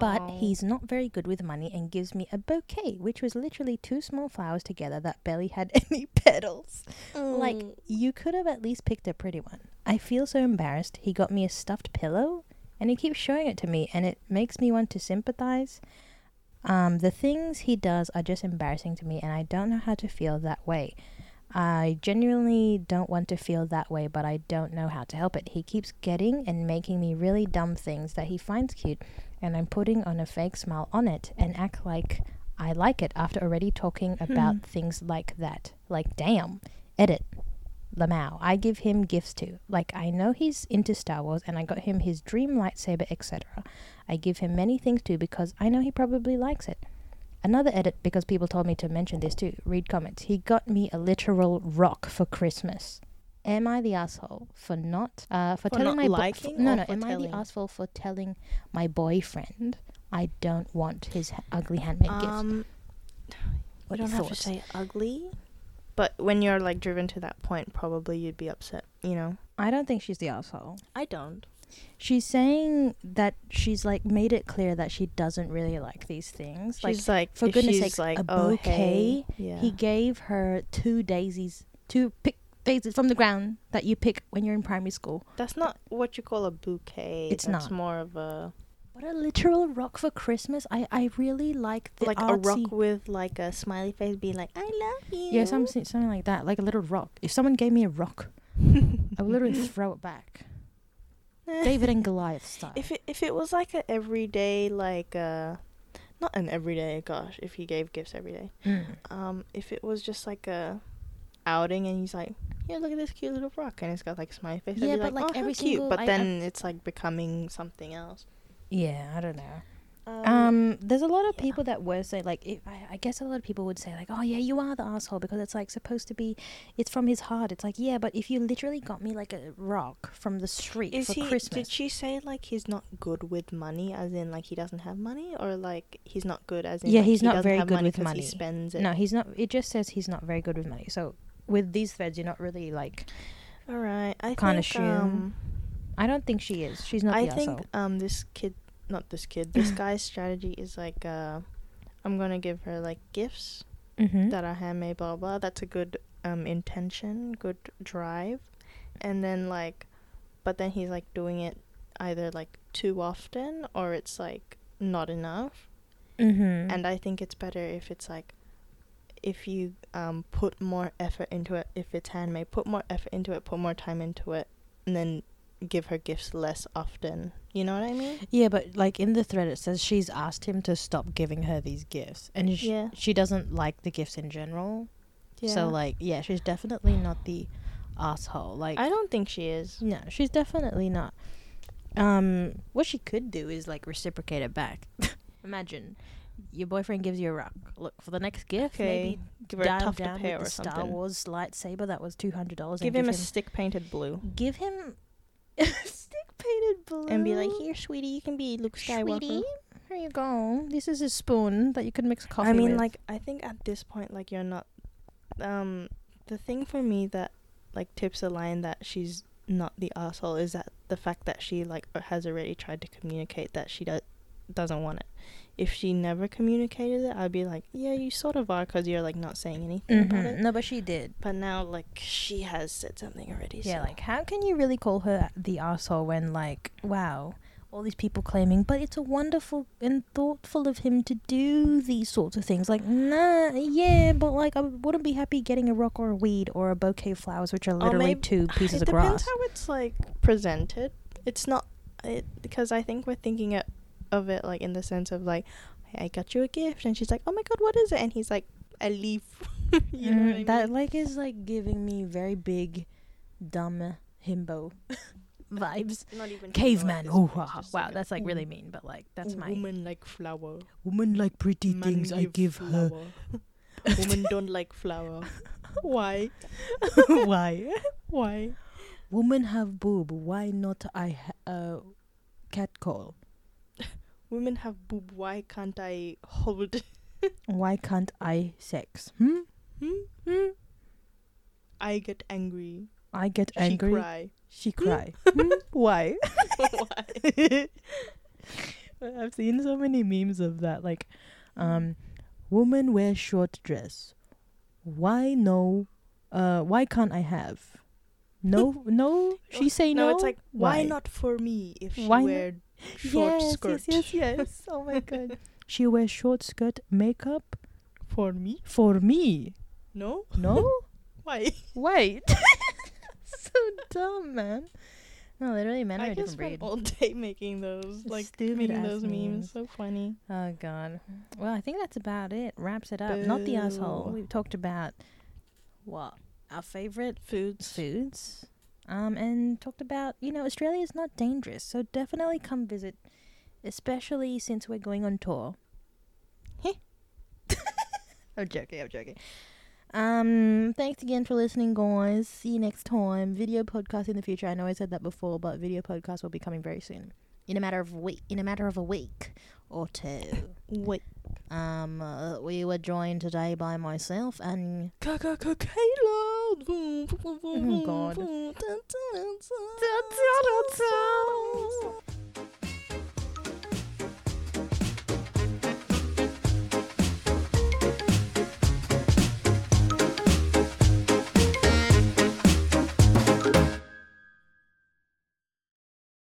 Speaker 1: But
Speaker 2: Oh.
Speaker 1: he's not very good with money and gives me a bouquet, which was literally two small flowers together that barely had any petals. Like,
Speaker 2: Mm.
Speaker 1: you could have at least picked a pretty one. I feel so embarrassed. He got me a stuffed pillow and he keeps showing it to me and it makes me want to sympathize. Um, the things he does are just embarrassing to me and I don't know how to feel that way. I genuinely don't want to feel that way, but I don't know how to help it. He keeps getting and making me really dumb things that he finds cute, and I'm putting on a fake smile on it and act like I like it after already talking about things like that. Like, damn. Edit. Lamau. I give him gifts too. Like I know he's into Star Wars and I got him his dream lightsaber, etc. I give him many things too because I know he probably likes it. Another edit because people told me to mention this too. Read comments. He got me a literal rock for Christmas. Am I the asshole for not uh, for,
Speaker 2: For
Speaker 1: telling
Speaker 2: not
Speaker 1: my bo-
Speaker 2: liking
Speaker 1: no
Speaker 2: or
Speaker 1: no
Speaker 2: for
Speaker 1: am I
Speaker 2: telling?
Speaker 1: the asshole for telling my boyfriend I don't want his h- ugly handmade gifts?
Speaker 2: Um,
Speaker 1: What
Speaker 2: you
Speaker 1: are
Speaker 2: don't
Speaker 1: your
Speaker 2: have to
Speaker 1: thoughts?
Speaker 2: say ugly, but when you're like driven to that point, probably you'd be upset. You know.
Speaker 1: I don't think she's the asshole.
Speaker 2: I don't.
Speaker 1: She's saying that she's like made it clear that she doesn't really like these things. like
Speaker 2: She's like,
Speaker 1: for
Speaker 2: if
Speaker 1: goodness
Speaker 2: she's
Speaker 1: sakes,
Speaker 2: like,
Speaker 1: a
Speaker 2: oh,
Speaker 1: bouquet,
Speaker 2: hey, yeah.
Speaker 1: he gave her two daisies, two pick daisies from the ground that you pick when you're in primary school.
Speaker 2: That's not what you call a bouquet.
Speaker 1: It's not.
Speaker 2: That's more of a
Speaker 1: What a literal rock for Christmas! I I really like the
Speaker 2: like a
Speaker 1: artsy-
Speaker 2: rock with like a smiley face, being like, I love you.
Speaker 1: Yeah, something something like that, like a little rock. If someone gave me a rock, I would literally throw it back. David and Goliath style.
Speaker 2: If it if it was like a everyday like uh, not an everyday. Gosh, if he gave gifts every day.
Speaker 1: Mm.
Speaker 2: Um, if it was just like a outing and he's like, yeah, look at this cute little rock, and it's got like a smiley face. I'd
Speaker 1: Yeah,
Speaker 2: be
Speaker 1: but, like,
Speaker 2: "Oh, how
Speaker 1: every
Speaker 2: cute,"
Speaker 1: single-
Speaker 2: But
Speaker 1: I- I-
Speaker 2: then it's like becoming something else.
Speaker 1: Yeah, I don't know. Um, there's a lot of
Speaker 2: yeah.
Speaker 1: people that would say like, if, I, I guess a lot of people would say like, oh yeah, you are the asshole because it's like supposed to be, it's from his heart. It's like yeah, but if you literally got me like a rock from the street
Speaker 2: is
Speaker 1: for
Speaker 2: he?
Speaker 1: Christmas,
Speaker 2: Did she say like he's not good with money, as in like he doesn't have money, or like he's not good as in
Speaker 1: Yeah,
Speaker 2: like,
Speaker 1: he's
Speaker 2: he
Speaker 1: not
Speaker 2: doesn't
Speaker 1: very
Speaker 2: have
Speaker 1: good
Speaker 2: money
Speaker 1: with
Speaker 2: 'cause
Speaker 1: money.
Speaker 2: He spends it.
Speaker 1: no, he's not. It just says he's not very good with money. So with these threads, you're not really like.
Speaker 2: All right, I
Speaker 1: Can't
Speaker 2: think,
Speaker 1: assume.
Speaker 2: Um,
Speaker 1: I don't think she is. She's not
Speaker 2: I
Speaker 1: the
Speaker 2: think
Speaker 1: asshole.
Speaker 2: um this kid, not this kid, this guy's strategy is like uh, I'm gonna give her like gifts
Speaker 1: Mm-hmm.
Speaker 2: that are handmade, blah blah. That's a good um intention, good drive, and then like, but then he's like doing it either like too often or it's like not enough.
Speaker 1: mm-hmm.
Speaker 2: And I think it's better if it's like, if you um put more effort into it, if it's handmade, put more effort into it, put more time into it, and then give her gifts less often. You know what I mean?
Speaker 1: Yeah, but like in the thread, it says she's asked him to stop giving her these gifts, and she,
Speaker 2: Yeah.
Speaker 1: she doesn't like the gifts in general. So like, yeah, she's definitely not the asshole. Like,
Speaker 2: I don't think she is.
Speaker 1: no, she's definitely not. Um, what she could do is like reciprocate it back. Imagine your boyfriend gives you a rock. Look for the next gift, maybe
Speaker 2: Okay, give her a
Speaker 1: dial
Speaker 2: tough to
Speaker 1: down
Speaker 2: pair
Speaker 1: with
Speaker 2: or
Speaker 1: the
Speaker 2: something.
Speaker 1: Star Wars lightsaber that was two hundred dollars.
Speaker 2: give him a stick painted blue.
Speaker 1: give him stick painted blue
Speaker 2: and be like, "Here, sweetie, you can be Luke Skywalker."
Speaker 1: Sweetie, here you go. This is a spoon that you could mix coffee.
Speaker 2: I mean,
Speaker 1: with."
Speaker 2: like, I think at this point, like, you're not. Um, the thing for me that like tips the line that she's not the asshole is that the fact that she like a- has already tried to communicate that she does doesn't want it. If she never communicated it, I'd be like, "Yeah, you sort of are," because you're like not saying anything
Speaker 1: Mhm.
Speaker 2: about it.
Speaker 1: no, but she did.
Speaker 2: But now, like, she has said something already.
Speaker 1: Yeah,
Speaker 2: so.
Speaker 1: like how can you really call her the asshole when like wow, all these people claiming, but it's a wonderful and thoughtful of him to do these sorts of things. Like nah, yeah, but like I wouldn't be happy getting a rock or a weed or a bouquet of flowers, which are
Speaker 2: Or
Speaker 1: literally
Speaker 2: mayb-
Speaker 1: two pieces
Speaker 2: it
Speaker 1: of
Speaker 2: depends
Speaker 1: grass.
Speaker 2: how it's like presented. It's not. it because I think we're thinking it, of it like in the sense of like, "Hey, I got you a gift, and she's like, oh my god, what is it? And he's like, a leaf. you know
Speaker 1: Mm,
Speaker 2: what I mean?
Speaker 1: that like is like giving me very big, dumb himbo vibes.
Speaker 2: Not even
Speaker 1: Caveman. Oh wow, wow, that's like really mean, but like that's my
Speaker 2: woman like flower.
Speaker 1: woman like pretty things I give her.
Speaker 2: her. woman don't like flower. Why?
Speaker 1: Why?
Speaker 2: Why?
Speaker 1: Women have boob. Why not I ha- uh, cat call?
Speaker 2: Women have boob. Why can't I hold?
Speaker 1: Why can't I sex? Hmm?
Speaker 2: Hmm? I get angry.
Speaker 1: I get
Speaker 2: She
Speaker 1: angry.
Speaker 2: cry.
Speaker 1: She cry. Hmm? Why?
Speaker 2: Why?
Speaker 1: I've seen so many memes of that. Like,
Speaker 2: Hmm.
Speaker 1: um, woman wear short dress. Why no? Uh, why can't I have? No, no. She say no.
Speaker 2: no, it's like why, not for me if she
Speaker 1: Why not-
Speaker 2: wear short
Speaker 1: yes,
Speaker 2: skirt
Speaker 1: Yes, yes, yes. Oh my god. she wear short skirt makeup
Speaker 2: for me?
Speaker 1: for me.
Speaker 2: No,
Speaker 1: No.
Speaker 2: why?
Speaker 1: Wait. so dumb, man. No, literally, men are
Speaker 2: I
Speaker 1: a
Speaker 2: just
Speaker 1: different
Speaker 2: spent
Speaker 1: breed.
Speaker 2: all day making those, like
Speaker 1: Stupid
Speaker 2: making
Speaker 1: ass
Speaker 2: those
Speaker 1: memes.
Speaker 2: memes. So funny.
Speaker 1: Oh god. Well, I think that's about it. Wraps it up. Not the asshole.
Speaker 2: Boo.
Speaker 1: We've talked about what our favorite
Speaker 2: Foods.
Speaker 1: foods, um, and talked about you know Australia's not dangerous, so definitely come visit, especially since we're going on tour. Heh. I'm joking. I'm joking. Um, thanks again for listening, guys. See you next time. Video podcast in the future. I know I said that before, but video podcast will be coming very soon. In a matter of week, in a matter of a week or two.
Speaker 2: Wait.
Speaker 1: Um, uh, we were joined today by myself and
Speaker 2: Caleb. Oh
Speaker 1: God.
Speaker 2: God.